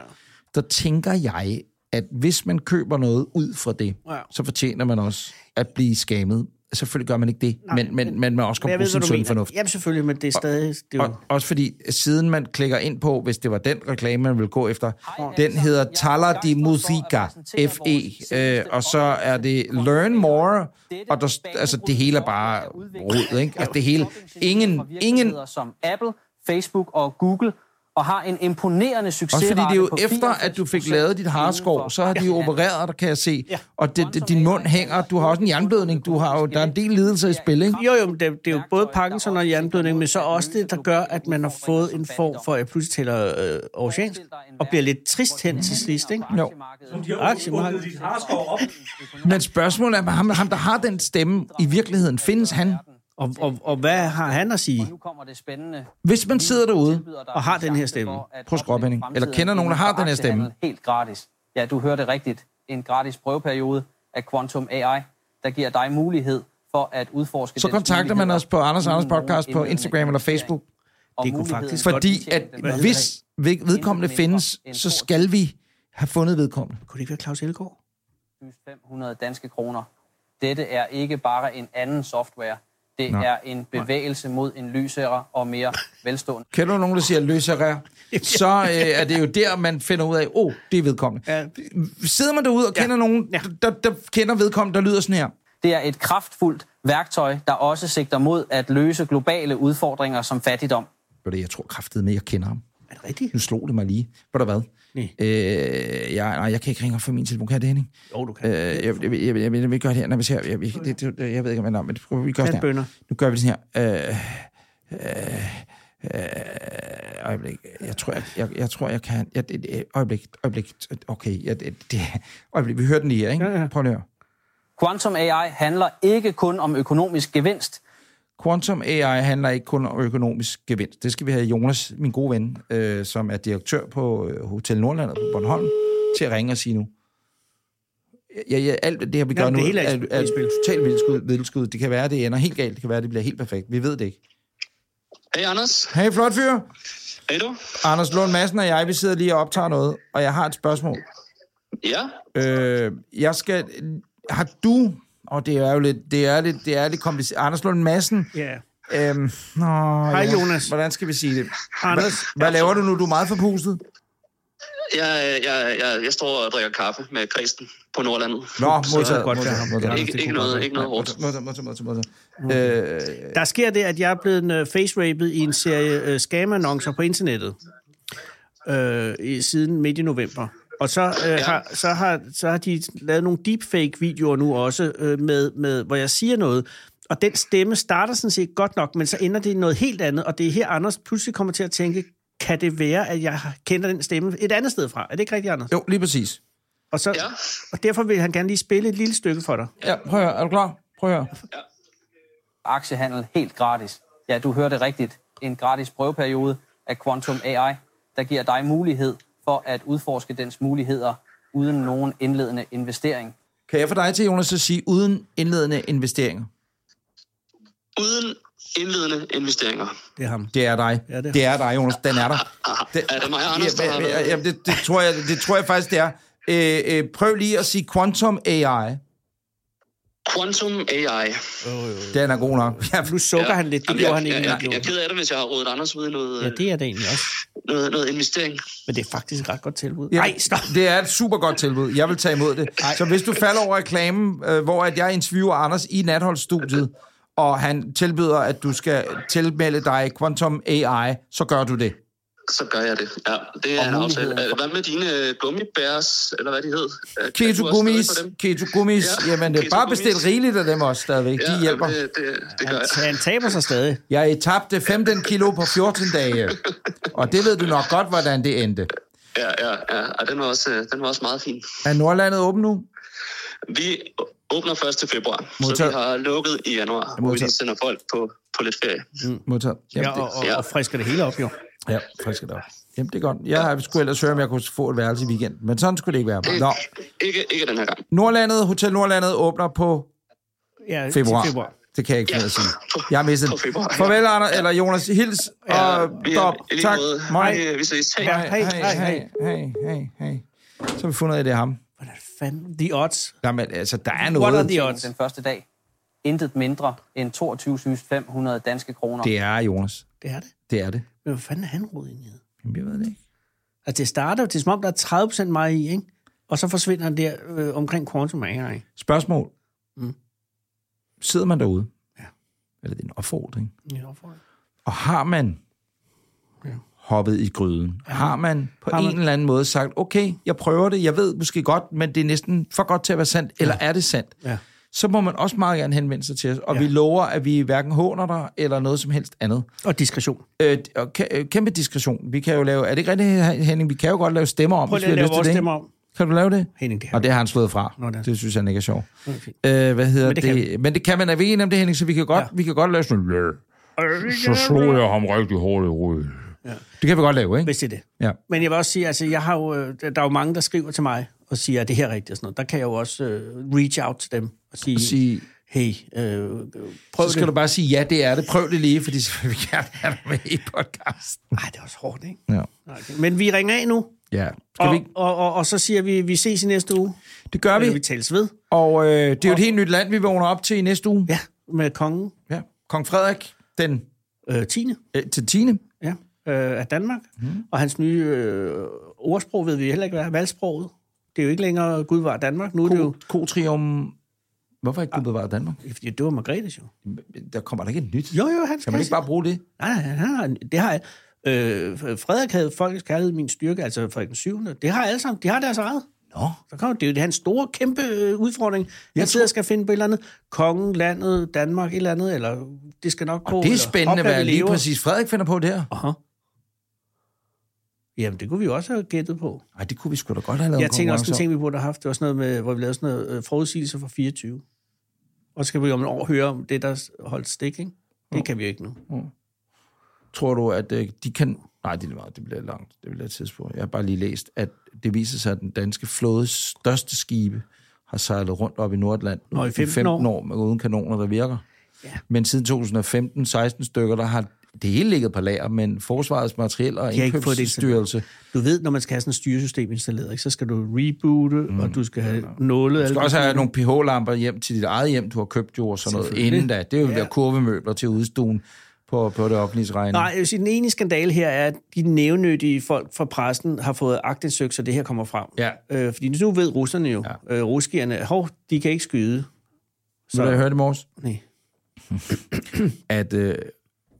der tænker jeg, at hvis man køber noget ud fra det, Ja. så fortjener man også at blive skammet. Selvfølgelig gør man ikke det, Nej, men, men, men man også Men kan bruge sin sunde fornuft. Jamen selvfølgelig, men det er stadig... Det er jo, Og, også fordi, siden man klikker ind på, hvis det var den reklame, man ville gå efter, den hedder Tala de Musica, FE, øh, og så er det Learn More, og der, altså, det hele er bare rod, ikke? Altså, det hele, ingen, ingen, som Apple, Facebook og Google og har en imponerende succes. også fordi det er jo efter, at du fik lavet dit harskov, så har de jo opereret dig, kan jeg se, og det, det, din mund hænger, du har også en jernblødning, du har jo, der er en del lidelser i spil, ikke? jo, jo, men det, det er jo både Parkinson og hjerneblødning, men så også det, der gør, at man har fået en form for, at jeg pludselig taler øh, oceansk, og bliver lidt trist hen til sidst, ikke? Jo. Som de har åbnet dit harskov op. Men spørgsmålet er, om ham, ham, der har den stemme, i virkeligheden, findes han? Og, og, og hvad har han at sige? Nu kommer det spændende. Hvis man sidder derude, Og har den her stemme. Prøv at skrue op, Henning. Eller kender nogen, der har den her stemme? Helt gratis. Ja, du hørte rigtigt. En gratis prøveperiode af Quantum AI, der giver dig mulighed for at udforske så dens kontakter man muligheder os på Anders Anders uden nogen Podcast på indledende Instagram eller investering. Facebook, Og Det kunne muligheden faktisk for fordi tjene at den valgte hvis ved- vedkommende findes, så skal vi have fundet vedkommende. Kunne det ikke være Claus Elgaard? 500 danske kroner. Dette er ikke bare en anden software. Det Nej. er en bevægelse mod en lysere og mere velstående. Kender du nogen, der siger [LAUGHS] løsere? Så øh, er det jo der, man finder ud af, åh, oh, det er vedkommende. Ja. Sidder man derude og kender nogen, der, der, der kender vedkommende, der lyder sådan her. Det er et kraftfuldt værktøj, der også sigter mod at løse globale udfordringer som fattigdom. Ved du, Jeg tror kraftedeme, med, jeg kender ham. Er det rigtigt? Nu slog det mig lige. Ved du hvad? Nej. Øh, jeg, nej, jeg kan ikke ringe op for min telefon. Kan jeg det, Henning? Jo, du kan. Øh, jeg, jeg, jeg, jeg, jeg, jeg vil gøre det her. Nej, hvis jeg, jeg, jeg, det, det, jeg ved ikke, hvad det er, men det, vi gør sådan her. Katbønner. Nu gør vi det sådan her. Øh, Øh, øjeblik, jeg tror, jeg, jeg, jeg, tror, jeg kan... Jeg, det- det- øjeblik, øjeblik, okay. Jeg, det, det, øjeblik, vi hører den lige her, ikke? Ja, ja. Prøv lige at høre. Quantum AI handler ikke kun om økonomisk gevinst. Quantum AI handler ikke kun om økonomisk gevinst. Det skal vi have Jonas, min gode ven, øh, som er direktør på øh, Hotel Nordlandet på Bornholm, til at ringe og sige nu. Ja, ja, alt det her, vi gør Jamen, nu, det hele er er, et er spil. totalt vildskud, vildskud. Det kan være, det ender helt galt. Det kan være, det bliver helt perfekt. Vi ved det ikke. Hej Anders, Hey, flot fyr! hej du. Anders Lund Madsen og jeg, vi sidder lige og optager noget, og jeg har et spørgsmål. Ja, Øh, jeg skal... Har du... Og det er jo lidt, det er lidt, det er lidt kompliceret. Anders Lund Madsen, Ja. Øhm, nå, Hej Jonas. Hvordan skal vi sige det? Anders. Hvad laver du nu? Du er meget forpustet. jeg, jeg, jeg, jeg står og drikker kaffe med Kristen på Nordlandet. Nå, modtaget. modtaget. Modtaget. modtaget. Ikke- ikke noget- ikke noget hårdt. Modtaget, modtaget, modtaget. modtaget. Øh, Der sker det, at jeg er blevet øh, face-raped i en serie øh, scam-annoncer på internettet øh, i, siden midt i november. Og så, øh, har, så, har, så har de lavet nogle deepfake-videoer nu også, øh, med, med, hvor jeg siger noget. Og den stemme starter sådan set godt nok, men så ender det i noget helt andet. Og det er her, Anders pludselig kommer til at tænke, kan det være, at jeg kender den stemme et andet sted fra? Er det ikke rigtigt, Anders? jo, lige præcis. Og, så, Ja. og derfor vil han gerne lige spille et lille stykke for dig. Ja, prøv at høre. Er du klar? Prøv at høre. Aktiehandel helt gratis. Ja, du hørte rigtigt. En gratis prøveperiode af Quantum AI, der giver dig mulighed for at udforske dens muligheder uden nogen indledende investering. Kan jeg få dig til, Jonas, at sige, uden indledende investeringer? Uden indledende investeringer. Det er ham. Det er dig. Ja, det er- det er dig, Jonas. Den er der. Er det mig, Anders, der har Jamen, været- jamen, det, det, tror jeg, det tror jeg faktisk, det er. Øh, øh, prøv lige at sige Quantum AI. Quantum AI. Den er god nok. Ja, Nu sukker ja. han lidt. Det Jamen, gjorde jeg, han ikke. jeg, i jeg, videoen. jeg er ked af det, hvis jeg har rodet Anders ud i noget, Ja, ja, det er det egentlig også. noget, noget investering. Men det er faktisk et ret godt tilbud. Ja, Nej, stop. Det er et super godt tilbud. Jeg vil tage imod det. Så hvis du falder over reklamen, øh, hvor at jeg interviewer Anders i natholdsstudiet, og han tilbyder, at du skal tilmelde dig Quantum AI, så gør du det. Så gør jeg det. Ja, det er en aftale. Øh, Hvad med dine øh, gummibærs, eller hvad de hed? Er- er du også Keto glad gummis, for dem? keto gummis, Ja, jamen det er keto bare gummis. bestil rigeligt af dem også stadigvæk. Ja, De hjælper. Det, det, det gør jeg. Så han taber sig stadig. Jeg tabte 15 kilo på 14 dage, og det ved du nok godt, hvordan det endte. Ja, ja, ja. Og den var også, øh, den var også meget fin. Er Nordlandet åben nu? Vi åbner 1. februar, så Modtaget. vi har lukket i januar, hvor vi lige Modtaget. sender folk på, på lidt ferie. Modtaget. Ja, Jamen, det, og, og, ja. og frisker det hele op, jo. ja, frisk det op. Jamen, det er godt. Jeg skulle ellers høre, om jeg kunne få et værelse i weekenden, men sådan skulle det ikke være. Nå, [LAUGHS] Ikke, ikke den her gang. Nordlandet, Hotel Nordlandet åbner på Ja, til februar. februar. Det kan jeg ikke finde Ja. at sige. Jeg har mistet På den. februar, ja. Farvel, Anders, eller Jonas. Hils og Vi er- stop. i lige Tak. måde. Hej. Vi- Vi ses. Hej. Ja, hej, hej, hej. hej, hej, hej. Så har vi fundet ud af, det er ham. Hvordan fanden? The odds. Jamen, altså, der er What are noget. the odds? Den første dag. Intet mindre end 22.500 danske kroner. Det er Jonas. Det er det. Det er det. Men hvad fanden er han rodet ind i? Jamen, jeg ved det ikke. Altså, det starter jo, det er som om, der er 30 procent meget i, ikke? Og så forsvinder han der øh, omkring quantum AI. Spørgsmål. Mm. Sidder man derude? Eller det er en opfordring. Ja, hvorfor? Og har man hoppet i gryden? Har man på Har har man- man... en eller anden måde sagt, okay, jeg prøver det, jeg ved måske godt, men det er næsten for godt til at være sandt, eller er det sandt? Ja. Så må man også meget gerne henvende sig til os, og ja. vi lover, at vi hverken håner dig eller noget som helst andet. Og diskretion. Øh, og kæ- øh, kæmpe diskretion. Vi kan jo lave, er det ikke rigtigt, Henning? Vi kan jo godt lave stemmer om, Prøv lige at vi lave har vores lyst til stemme det. om. ikke? Kan du lave det? Henning, det her. Og det har han slået fra. Nå, det er- det synes han ikke er sjovt. Øh, hvad Men hedder det men det? kan det? Men det kan man, er vi enige om det, Henning? Så vi kan godt, Ja. ja. vi kan godt lave sådan noget. Så slog jeg ham rigtig hårdt i hovedet. Ja. Det kan vi godt lave, ikke? Hvis det er det. Ja. Men jeg vil også sige, altså, jeg har jo, øh, der er jo mange, der skriver til mig og siger, at det her er rigtigt og sådan noget. Der kan jeg jo også øh, reach out til dem og sige, Sige, hey, øh, øh, prøv så skal det. du bare sige, ja, det er det. Prøv det lige, fordi så vil vi gerne have dig med i podcasten. Ej, det er også hårdt, ikke? Ja. Nej, okay. Men vi ringer af nu. ja. Skal Og, vi ikke? og, og, og så siger vi, vi ses i næste uge. Det gør Eller vi vi. tales ved. Og øh, det er jo et helt nyt land, vi vågner op til i næste uge. Ja, med kongen Ja. Kong Frederik den øh, 10. øh, til 10. Ja, øh, af Danmark. Mm. Og hans nye øh, ordsprog ved vi heller ikke, hvad er valgsproget. Det er jo ikke længere Gud var Danmark. Nu er det jo... Kotrium. Hvorfor Ah. ikke Gud bevaret Danmark? Fordi det var Margrethes jo. Der kommer der ikke et nyt. Jo, jo, han Kan skal... man ikke bare bruge det? Nej, nej, han har, det har jeg. Øh, Frederik havde folkets kærlighed min styrke, altså Frederik den 7. Det har alle sammen. De har deres eget. Nå. Så kommer det er jo hans store, kæmpe øh, udfordring. Han sidder og skal finde på et eller andet. Kongen, landet, Danmark, et eller andet, eller det skal nok gå. Det er eller spændende, op, vi hvad lige lever. præcis Frederik finder på der. Aha. Jamen, det kunne vi jo også have gættet på. Ej, det kunne vi sgu da godt have lavet Jeg en tænker også, konkurrence en om. ting, vi burde have haft, det var sådan noget med, hvor vi lavede sådan noget øh, forudsigelser fra 24. Og så skal vi om et år høre om det, der holdt stik, ikke? Det kan vi jo ikke nu. Tror du, at øh, de kan... Nej, det er lige meget. Det bliver langt. Det bliver et tidspunkt. Jeg har bare lige læst, at det viser sig, at den danske flådes største skibe har sejlet rundt op i Nordatlanten Nå, i 15 år. år med, uden kanoner, der virker. Ja. Men siden 2015-16 stykker, der har det hele ligget på lager, men forsvarets materiel og De har ikke fået det indkøbsstyrelse Du ved, når man skal have sådan et styresystem installeret, ikke? så skal du reboote, mm. og du skal have nålet. Du skal også have nogle pH-lamper hjem til dit eget hjem, du har købt jo og sådan noget Selvfølgelig. inden da. Det er jo Ja. ja. der kurvemøbler til udstuen på, på det offentlige regning. Nej, jeg vil sige, den ene skandale her er, at de nævnyttige folk fra pressen har fået agtindsøgt, så det her kommer frem. Ja. Øh, fordi nu ved russerne jo, ja. øh, ruskierne, hov, de kan ikke skyde. Så jeg hørte i morges, Nej. [CLEARS THROAT] at øh,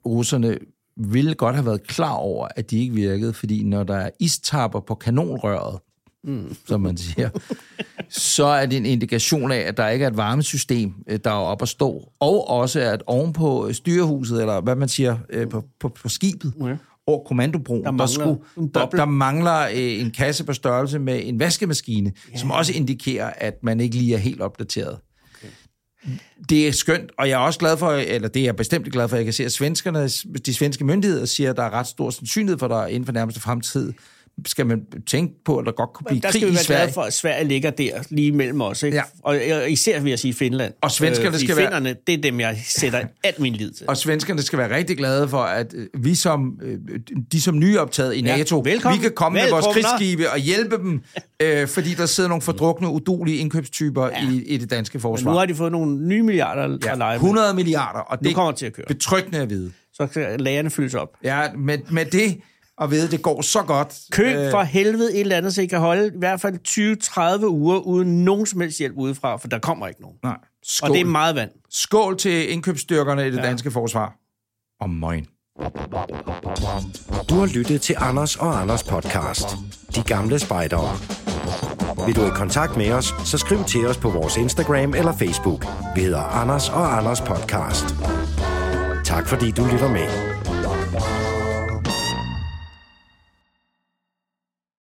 russerne ville godt have været klar over, at de ikke virkede, fordi når der er istapper på kanonrøret, mm. som man siger, så er det en indikation af, at der ikke er et varmesystem, øh, der er oppe at stå. Og også, at oven på øh, styrehuset, eller hvad man siger, øh, på, på, på skibet, Ja. over kommandobroen, der mangler mangler, der, en skulle, der, boble. der mangler øh, en kasse på størrelse med en vaskemaskine, som også indikerer, at man ikke lige er helt opdateret. Det er skønt, og jeg er også glad for, eller det er jeg bestemt glad for, at jeg kan se, at svenskerne, de svenske myndigheder siger, at der er ret stor sandsynlighed for, at der inden for nærmeste fremtid skal man tænke på, at der godt kunne blive Der krig skal vi i være glade Sverige. for, at Sverige ligger der lige mellem os. Ikke? Ja. Ja. Og og især vil jeg sige Finland. Øh, Og svenskerne fordi skal være- finnerne, det er dem, jeg [LAUGHS] sætter alt min lid til. Og svenskerne skal være rigtig glade for, at øh, vi som, øh, de som nyoptaget i Ja, NATO, velkommen. vi kan komme med vores Velkommen. krigsskibe og hjælpe [LAUGHS] dem, øh, fordi der sidder nogle fordrukne, udulige indkøbstyper ja. i, i det danske Nu har forsvar. de fået nogle nye milliarder ja. at Ja, lege med. 100 milliarder, og Nu det kommer er det til at køre. betryggende at vide. Så skal lagerne fyldes op. Ja, med, med det at vide, det går så godt. Køb for helvede et eller andet, så I kan holde i hvert fald 20-30 uger uden nogen som helst hjælp udefra, for der kommer ikke nogen. Nej. Og Skål. det er meget vand. Skål til indkøbsstyrkerne i det ja. danske forsvar. Og møgen. Du har lyttet til Anders og Anders podcast. De gamle spejdere. Vil du i kontakt med os, så skriv til os på vores Instagram eller Facebook. Vi hedder Anders og Anders podcast. Tak fordi du lytter med.